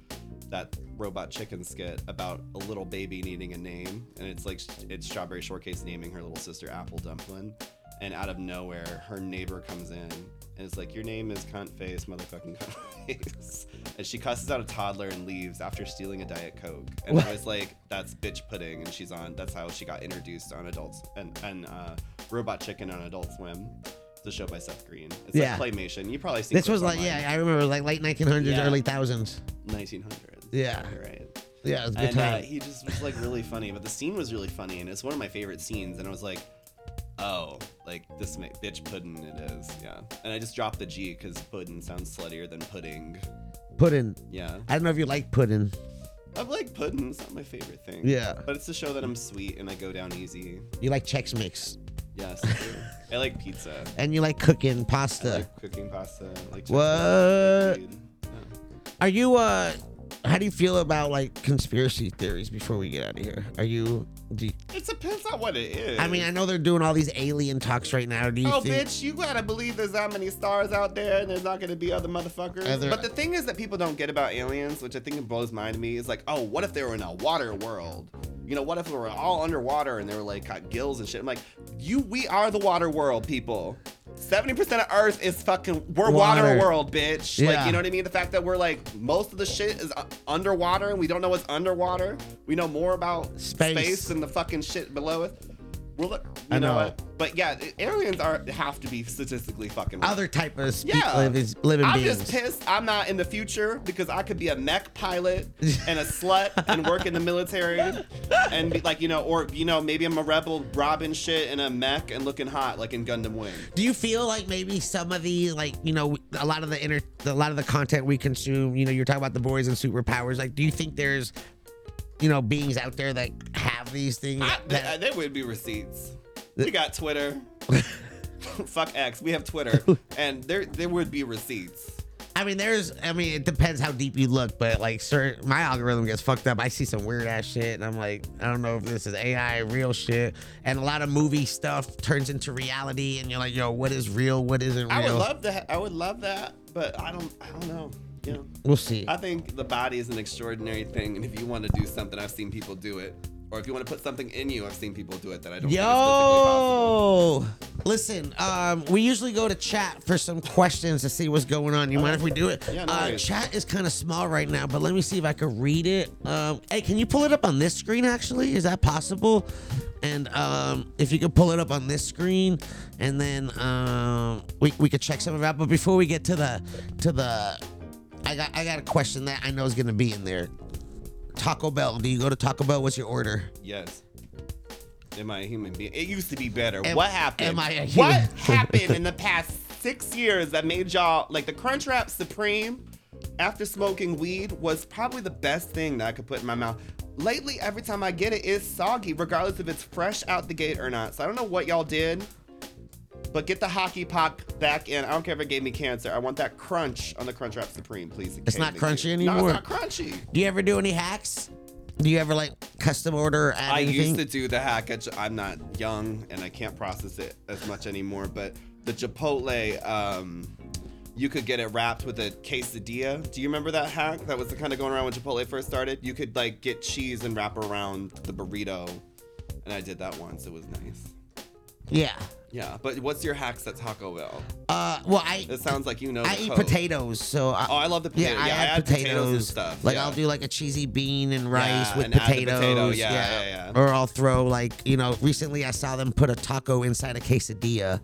S5: that robot chicken skit about a little baby needing a name, and it's like it's Strawberry Shortcase naming her little sister Apple Dumpling, and out of nowhere, her neighbor comes in and is like, "Your name is cunt face, motherfucking cunt face," and she cusses out a toddler and leaves after stealing a diet coke. And
S1: What?
S5: I was like, "That's bitch pudding," and she's on. That's how she got introduced on Adults and and. uh Robot Chicken on Adult Swim. It's a show by Seth Green. It's
S1: Yeah.
S5: like Claymation. You probably seen
S1: This was
S5: clips
S1: like,
S5: online.
S1: yeah, I remember, like late 1900s,
S5: Yeah.
S1: early thousands.
S5: 1900.
S1: Yeah.
S5: You're right.
S1: Yeah, it was a good
S5: And uh,
S1: time.
S5: he just was like really funny, but the scene was really funny, and it's one of my favorite scenes. And I was like, oh, like this ma- bitch pudding it is, yeah. And I just dropped the G because pudding sounds sluttier than pudding,
S1: pudding.
S5: yeah.
S1: I don't know if you like pudding.
S5: I like pudding. It's not my favorite thing.
S1: Yeah.
S5: But it's a show that I'm sweet and I go down easy.
S1: You like Chex Mix,
S5: Yes. I like pizza.
S1: and you like cooking pasta.
S5: I like cooking pasta. I like
S1: What?
S5: chicken. Yeah.
S1: Are you uh? How do you feel about like conspiracy theories? Before we get out of here, are you? Do you-
S5: It depends on what it is.
S1: I mean, I know they're doing all these alien talks right now. Do you
S5: Oh,
S1: think?
S5: bitch, you gotta believe there's that many stars out there and there's not gonna be other motherfuckers.
S1: Other-
S5: But the thing is that people don't get about aliens, which I think it blows mind to me, is like, oh, what if they were in a water world? You know, what if we were all underwater and they were like got gills and shit? I'm like, you, we are the water world, people. 70% of Earth is fucking, we're water,
S1: Water.
S5: world, bitch.
S1: Yeah.
S5: Like, you know what I mean? The fact that we're like, most of the shit is uh, underwater and we don't know what's underwater. We know more about
S1: Space.
S5: space and the fucking shit below it. We're, li- you
S1: I
S5: know
S1: know.
S5: what? But yeah, aliens are have to be statistically fucking. real.
S1: Other type of spe-
S5: Yeah.
S1: living, living
S5: I'm
S1: beings.
S5: just pissed I'm not in the future because I could be a mech pilot and a slut and work in the military and be like you know or you know maybe I'm a rebel robbing shit in a mech and looking hot like in Gundam Wing.
S1: Do you feel like maybe some of the like you know a lot of the inner a lot of the content we consume you know you're talking about the boys and superpowers like do you think there's you know beings out there that have these things
S5: I,
S1: that,
S5: th- there would be receipts. We got Twitter. Fuck X. We have Twitter and there there would be receipts.
S1: I mean there's I mean it depends how deep you look but like sir my algorithm gets fucked up I see some weird ass shit and I'm like I don't know if this is AI real shit and a lot of movie stuff turns into reality and you're like yo what is real what isn't real
S5: I would love that. I would love that, but I don't. I don't know. You know.
S1: we'll see
S5: I think the body is an extraordinary thing, and if you want to do something, I've seen people do it. Or if you want to put something in you, I've seen people do it that I don't think is physically possible.
S1: yo Listen, um, we usually go to chat for some questions to see what's going on. You mind if we do it?
S5: Yeah, no
S1: uh,
S5: worries.
S1: chat is kind of small right now, but let me see if I can read it. Um, hey, can you pull it up on this screen, actually? Is that possible? And um, if you could pull it up on this screen, and then um, we, we could check some of it out. But before we get to the to the, I got I got a question that I know is gonna be in there. Taco Bell. Do you go to Taco Bell? What's your order?
S5: Yes. Am I a human being? It used to be better.
S1: Am-
S5: what happened?
S1: am I a
S5: What
S1: human-
S5: happened in the past six years that made y'all like the Crunchwrap Supreme after smoking weed was probably the best thing that I could put in my mouth. Lately, every time I get it, it's soggy, regardless if it's fresh out the gate or not. So I don't know what y'all did, but get the hockey puck back in. I don't care if it gave me cancer. I want that crunch on the Crunchwrap Supreme, please. It
S1: It's
S5: came
S1: not
S5: to
S1: crunchy
S5: you. No,
S1: anymore.
S5: it's not crunchy.
S1: Do you ever do any hacks? Do you ever like custom order? Add
S5: I
S1: anything?
S5: used to do the hack. At, Ch- I'm not young and I can't process it as much anymore. But the Chipotle, um, you could get it wrapped with a quesadilla. Do you remember that hack? That was the kind of going around when Chipotle first started. You could like get cheese and wrap around the burrito, and I did that once. It was nice.
S1: Yeah.
S5: Yeah, but what's your hacks at Taco Bell?
S1: Uh, well, I
S5: It sounds like you know.
S1: I
S5: the
S1: eat
S5: code.
S1: potatoes, so I,
S5: Oh, I love the potato.
S1: Yeah, I,
S5: Yeah,
S1: add,
S5: I add potatoes
S1: potatoes.
S5: and stuff,
S1: Like
S5: yeah.
S1: I'll do like a cheesy bean and rice
S5: Yeah,
S1: with
S5: and add the
S1: potatoes.
S5: potato. Yeah, yeah, yeah.
S1: Or I'll throw like you know. Recently, I saw them put a taco inside a quesadilla,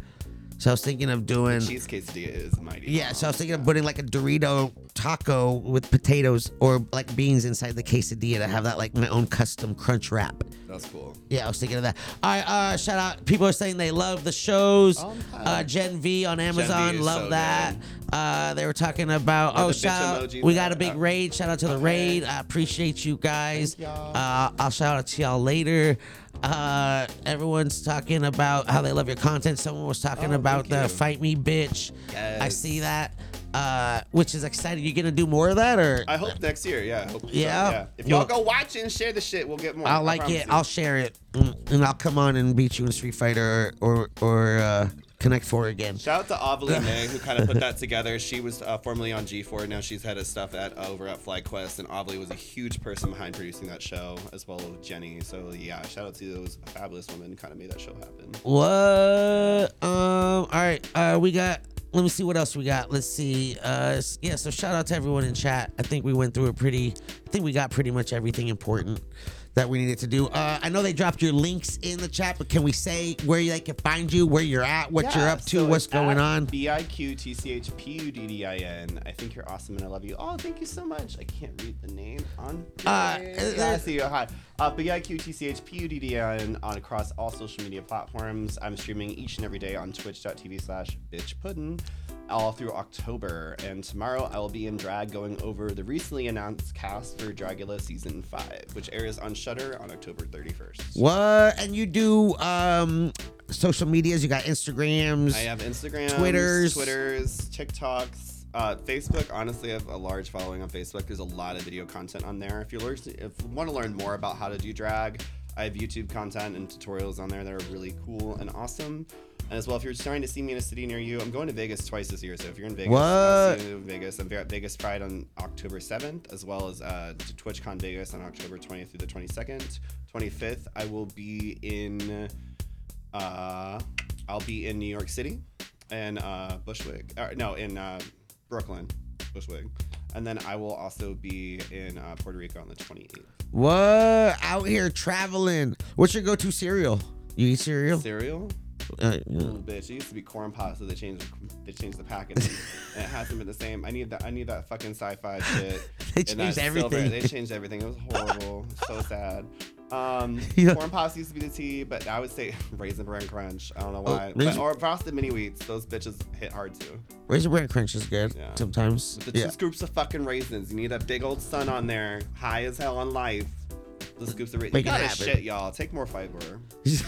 S1: so I was thinking of doing.
S5: Cheese quesadilla is mighty.
S1: Yeah, so I was thinking of putting like a Dorito taco with potatoes or like beans inside the quesadilla to have that like my own custom crunch wrap.
S5: that's cool.
S1: Yeah, I was thinking of that. All right, uh, shout out. People are saying they love the shows.
S5: Oh, hi.
S1: Uh, Gen V on Amazon,
S5: is
S1: love
S5: so
S1: that. Uh, they were talking about
S5: Yeah,
S1: oh
S5: the bitch
S1: shout out
S5: emoji
S1: we
S5: there.
S1: got a big
S5: Uh,
S1: raid shout out to the raid I appreciate you guys uh, I'll shout out to y'all later uh, everyone's talking about how they love your content someone was talking about the
S5: Oh, thank you.
S1: fight me bitch I
S5: Yes.
S1: see that uh, which is exciting you gonna do more of that or
S5: I hope next year. Yeah. I hope so,
S1: Yeah.
S5: If y'all
S1: Well-
S5: go watch it and share the shit, we'll get more.
S1: I'll like it. I'll share it, Mm, and I'll come on and beat you in Street Fighter or or, or uh, Connect Four again.
S5: Shout out to Avalee May who kind of put that together. She was uh, formerly on G4. Now she's head of stuff at uh, over at FlyQuest, and Avalee was a huge person behind producing that show as well as Jenny. So yeah, shout out to those fabulous women who kind of made that show happen.
S1: What? Um. All right. Uh, we got. Let me see what else we got. Let's see. Uh, s- yeah. So shout out to everyone in chat. I think we went through a pretty. I think we got pretty much everything important that we needed to do. Uh, I know they dropped your links in the chat, but can we say where they can find you, where you're at, what you're
S5: Yeah,
S1: up to,
S5: so
S1: what's
S5: it's at
S1: going on?
S5: B I Q T C H P U D D I N. I think you're awesome and I love you. Oh, thank you so much. I can't read the name on.
S1: Uh,
S5: here.
S1: uh,
S5: yeah, I see you. Hi. Uh, B I Q T C H P U D D I N on across all social media platforms. I'm streaming each and every day on twitch.tv slash bitchpuddin all through October. And tomorrow I will be in drag going over the recently announced cast for Dragula Season 5, which airs on Shudder on October 31st.
S1: What? And you do um social medias. You got Instagrams.
S5: I have Instagram,
S1: Twitters.
S5: Twitters, TikToks, uh, Facebook. Honestly, I have a large following on Facebook. There's a lot of video content on there. If you learn, if you want to learn more about how to do drag, I have YouTube content and tutorials on there that are really cool and awesome. And as well, if you're trying to see me in a city near you, I'm going to Vegas twice this year. So if you're in Vegas, I'll
S1: What?
S5: see you in Vegas. I'm at Vegas Pride on October 7th, as well as uh, to TwitchCon Vegas on October 20th through the 22nd. 25th, I will be in. Uh, I'll be in New York City and uh, Bushwick. Uh, no, in uh, Brooklyn, Bushwick. And then I will also be in uh, Puerto Rico on the 28th.
S1: What? Out here traveling. What's your go-to cereal? You eat cereal?
S5: Cereal?
S1: Uh,
S5: Little bitch. It used to be corn pasta. They changed. They changed the packaging, and it hasn't been the same. I need that. I need that fucking sci-fi shit.
S1: They
S5: and that
S1: changed everything.
S5: They changed everything. It was horrible. so sad. Um,
S1: Yeah.
S5: corn pasta used to be the tea, but I would say raisin bran crunch. I don't know
S1: Oh,
S5: why. but,
S1: Raisin-
S5: or frosted mini wheats. Those bitches hit hard too.
S1: Raisin Bran Crunch is good
S5: Yeah.
S1: sometimes.
S5: The
S1: Yeah.
S5: two scoops of fucking raisins. You need that big old sun on there, high as hell on life. The scoops of raisins.
S1: Make
S5: You
S1: it
S5: gotta
S1: happen.
S5: shit, y'all. Take more fiber.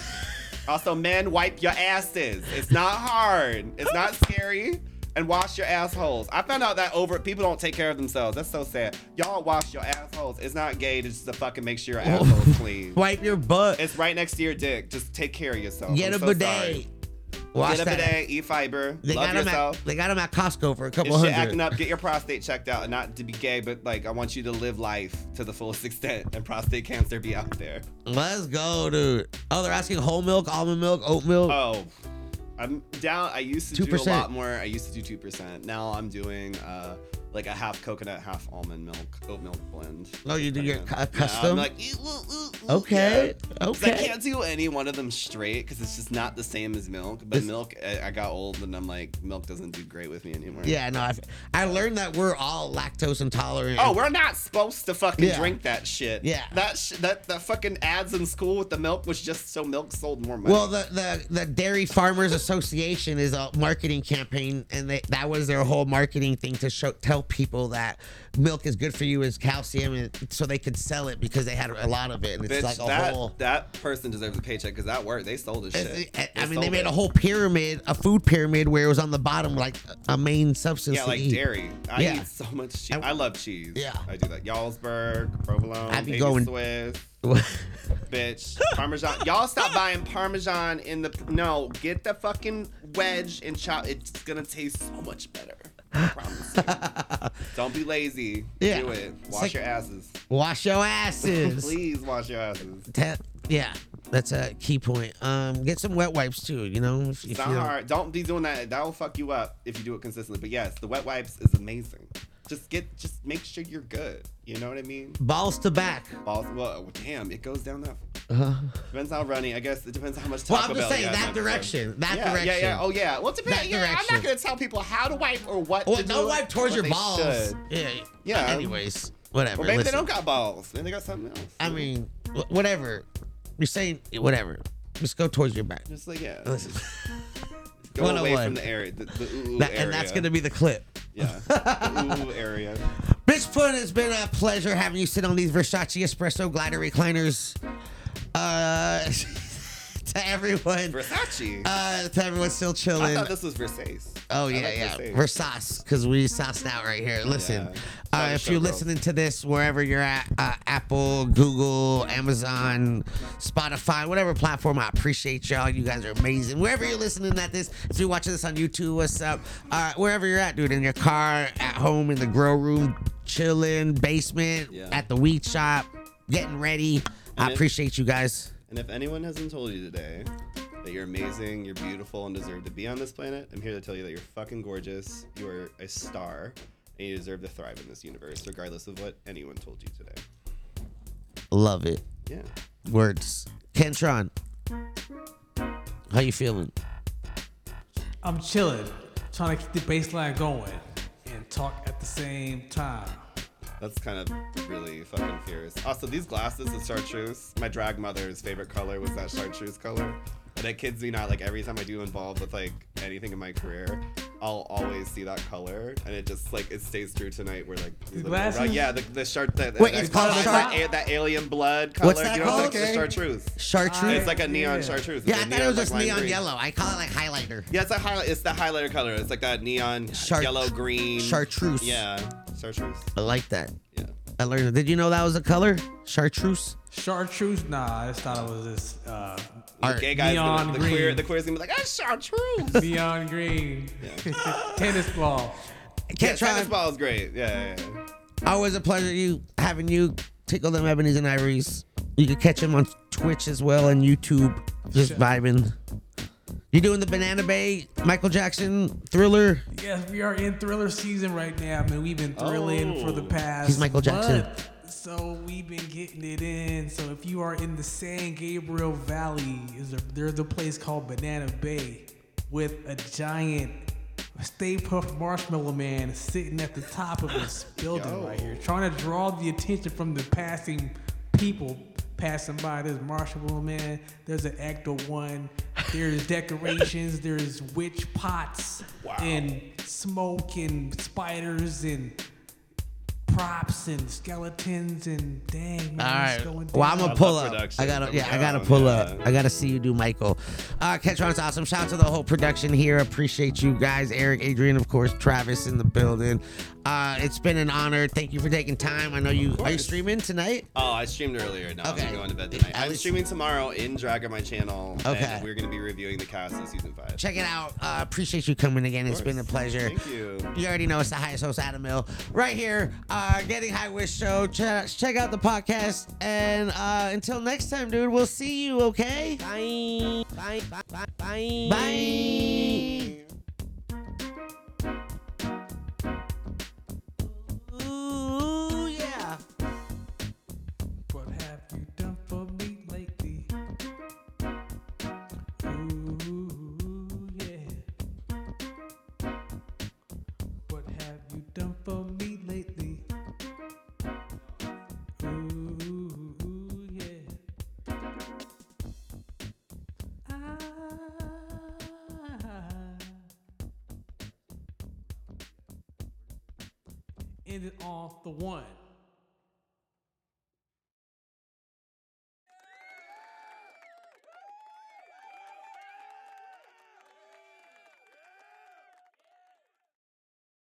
S5: also, men, wipe your asses. It's not hard. It's not scary. And wash your assholes. I found out that over people don't take care of themselves. That's so sad. Y'all wash your assholes. It's not gay to just to fucking make sure your asshole's clean.
S1: Wipe your butt.
S5: It's right next to your dick. Just take care of yourself.
S1: Get
S5: I'm
S1: a
S5: so
S1: bidet.
S5: sorry.
S1: Wash
S5: Get a
S1: that.
S5: bidet. Eat fiber.
S1: They
S5: Love
S1: got
S5: yourself.
S1: them at they got 'em at Costco for a couple
S5: If shit
S1: hundred.
S5: acting up, get your prostate checked out. And not to be gay, but like I want you to live life to the fullest extent and prostate cancer be out there.
S1: Let's go, dude. Oh, they're asking whole milk, almond milk, oat milk.
S5: Oh, I'm down. I used to do a
S1: 2%.
S5: lot more. I used to do two percent. Now I'm doing uh, like a half coconut, half almond milk, oat milk blend.
S1: Oh, you do your cu-
S5: Yeah,
S1: custom?
S5: I'm like, "Ew, ooh, ooh, ooh,"
S1: Okay,
S5: yeah. 'Cause I
S1: okay.
S5: can't do any one of them straight because it's just not the same as milk. But
S1: This-
S5: milk, eh, I, I got old and I'm like, milk doesn't do great with me anymore.
S1: Yeah, no, I've, I learned that we're all lactose intolerant.
S5: Oh, we're not supposed to fucking
S1: Yeah.
S5: drink that shit.
S1: Yeah.
S5: That sh- that that fucking ads in school with the milk was just so milk sold more money.
S1: Well, the, the, the Dairy Farmers Association is a marketing campaign, and they, that was their whole marketing thing to show tell people that milk is good for you is calcium, and so they could sell it because they had a lot of it, and it's
S5: Bitch,
S1: like a
S5: that
S1: whole.
S5: that person deserves a paycheck because that worked. They sold his
S1: It's-
S5: shit.
S1: I- I
S5: They
S1: mean, they
S5: sold
S1: made
S5: it.
S1: a whole pyramid, a food pyramid, where it was on the bottom like a main substance.
S5: yeah,
S1: to
S5: like
S1: eat.
S5: dairy. I
S1: Yeah.
S5: eat so much cheese.
S1: And-
S5: I love cheese.
S1: Yeah.
S5: I do that. Jarlsberg, provolone,
S1: I be
S5: baby
S1: going-
S5: Swiss, bitch, parmesan. Y'all stop buying parmesan in the no. Get the fucking wedge and chop. It's gonna taste so much better. I promise you. Don't be lazy.
S1: Yeah.
S5: Do it.
S1: It's
S5: Wash
S1: like-
S5: your asses.
S1: Wash your asses.
S5: Please wash your asses.
S1: Te- yeah, that's a key point. Um, get some wet wipes too. You know, if, if
S5: It's not
S1: you don't-
S5: hard. Don't be doing that. That will fuck you up if you do it consistently. But yes, the wet wipes is amazing. Just get, just make sure you're good. You know what I mean?
S1: balls to back.
S5: Balls. Well, damn, it goes down that.
S1: Uh,
S5: Depends how runny. I guess it depends how much.
S1: well,
S5: Taco
S1: I'm just
S5: Bell
S1: saying
S5: you had
S1: that
S5: in episode.
S1: direction. That
S5: yeah,
S1: direction.
S5: yeah, yeah. Oh yeah. Well, depends.
S1: That
S5: Yeah, I'm
S1: direction.
S5: not gonna tell people how to wipe or what.
S1: Well,
S5: to
S1: don't
S5: do,
S1: wipe towards
S5: but
S1: your
S5: they
S1: balls.
S5: should.
S1: Yeah.
S5: Yeah.
S1: Anyways, whatever.
S5: Or maybe they
S1: listen.
S5: don't got balls. Maybe they got something else.
S1: I mean, wh- whatever. You're saying whatever. Just go towards your back.
S5: just like yeah.
S1: Listen.
S5: Go away
S1: 101.
S5: from the area. The, the ooh, ooh
S1: That-
S5: area.
S1: and that's gonna be the clip.
S5: yeah. The ooh area.
S1: Bitch Pun, it's been a pleasure having you sit on these Versace espresso glider recliners. Uh, to everyone,
S5: Versace.
S1: uh, to everyone still
S5: I
S1: chilling.
S5: thought this was Versace.
S1: Oh
S5: I
S1: yeah,
S5: like
S1: yeah.
S5: Versace.
S1: We're sauced because we sauced out right here. Listen, uh,
S5: Yeah.
S1: if
S5: Sorry,
S1: you're
S5: showgirls.
S1: listening to this wherever you're at, uh, Apple, Google, Amazon, Spotify, whatever platform, I appreciate y'all. You guys are amazing. Wherever you're listening at this, if you're watching this on YouTube, what's up? Uh, wherever you're at, dude, in your car, at home, in the grow room, chilling, basement,
S5: Yeah.
S1: at the weed shop, getting ready. I
S5: And if-
S1: appreciate you guys.
S5: And if anyone hasn't told you today that you're amazing, you're beautiful, and deserve to be on this planet, I'm here to tell you that you're fucking gorgeous. You are a star, and you deserve to thrive in this universe, regardless of what anyone told you today.
S1: Love it.
S5: Yeah.
S1: Words. Kentron, how you feeling?
S3: I'm chilling, trying to keep the baseline going and talk at the same time.
S5: That's kind of really fucking fierce. Also, these glasses is chartreuse. My drag mother's favorite color was that chartreuse color. And it kids me not, like every time I do involved with like anything in my career, I'll always see that color, and it just like it stays true tonight. We're like, the
S3: glasses?
S5: yeah, the, the chart that
S1: Wait,
S5: that,
S1: it's called
S5: that,
S1: chart-
S5: that, that alien blood color.
S1: What's that
S5: you know, it's
S1: called?
S5: like the
S1: Okay.
S5: chartreuse.
S1: Chartreuse.
S5: It's like a neon
S3: Yeah.
S5: chartreuse. It's
S1: Yeah,
S5: a
S1: I thought
S5: neon,
S1: it was
S5: like,
S1: just
S5: lime
S1: neon
S5: green.
S1: yellow. I call it like highlighter.
S5: Yeah, it's a highlight. It's the highlighter color. It's like that neon
S1: Chart-
S5: yellow green
S1: Chartreuse.
S5: Yeah, chartreuse.
S1: I like that.
S5: Yeah.
S1: I learned it. Did you know that was a color? Chartreuse.
S3: Chartreuse? Nah, I just thought it was this uh,
S5: The
S1: Art.
S5: gay guy's gonna,
S3: Neon
S5: the queer,
S3: green.
S5: the queer's gonna be like, "That's chartreuse."
S3: neon green tennis ball.
S5: yeah,
S1: Can't
S5: tennis
S1: try.
S5: ball is great. Yeah, yeah, yeah.
S1: Always a pleasure you having you tickle them ebonies and ivories. You can catch him on Twitch as well and YouTube. Just vibing. You doing the Banana Bay, Michael Jackson thriller?
S3: Yes, we are in thriller season right now. I mean, we've been thrilling for the
S5: Oh.
S3: past.
S1: He's Michael Jackson.
S3: month. So we've been getting it in. So if you are in the San Gabriel Valley, is there, there's a place called Banana Bay with a giant Stay Puft Marshmallow Man sitting at the top of this building
S5: Yo.
S3: right here, trying to draw the attention from the passing people passing by. There's Marshmallow Man. There's an Actor One. There's decorations. there's witch pots and smoke and spiders and props and skeletons and dang man,
S1: All
S3: it's going
S1: right.
S3: down.
S1: Well, I'm gonna pull up.
S5: production.
S1: I gotta,
S5: There
S1: yeah,
S5: we
S1: I gotta
S5: go.
S1: pull
S5: Yeah.
S1: up. I gotta see you do Michael. Uh, Ketron's awesome. Shout out to the whole production here. Appreciate you guys, Eric, Adrian, of course, Travis in the building. Uh, it's been an honor. Thank you for taking time. I know you are you
S5: course.
S1: streaming tonight.
S5: Oh, I streamed earlier. No,
S1: Okay.
S5: I'm going to bed
S1: At
S5: tonight. I'm
S1: least-
S5: streaming tomorrow in drag on my channel.
S1: Okay.
S5: And we're gonna be reviewing the cast of season five.
S1: Check it out. Uh, appreciate you coming again. It's
S5: Of
S1: been a
S5: course.
S1: pleasure.
S5: Thank you.
S1: You already know it's the highest host, Adam Mill, right here, uh, getting high wish show. Check, check out the podcast, and uh, until next time, dude, we'll see you. Okay. Bye. Bye. Bye. Bye. Bye. Bye.
S3: Ooh, ooh, yeah. Ah. I ended off the one.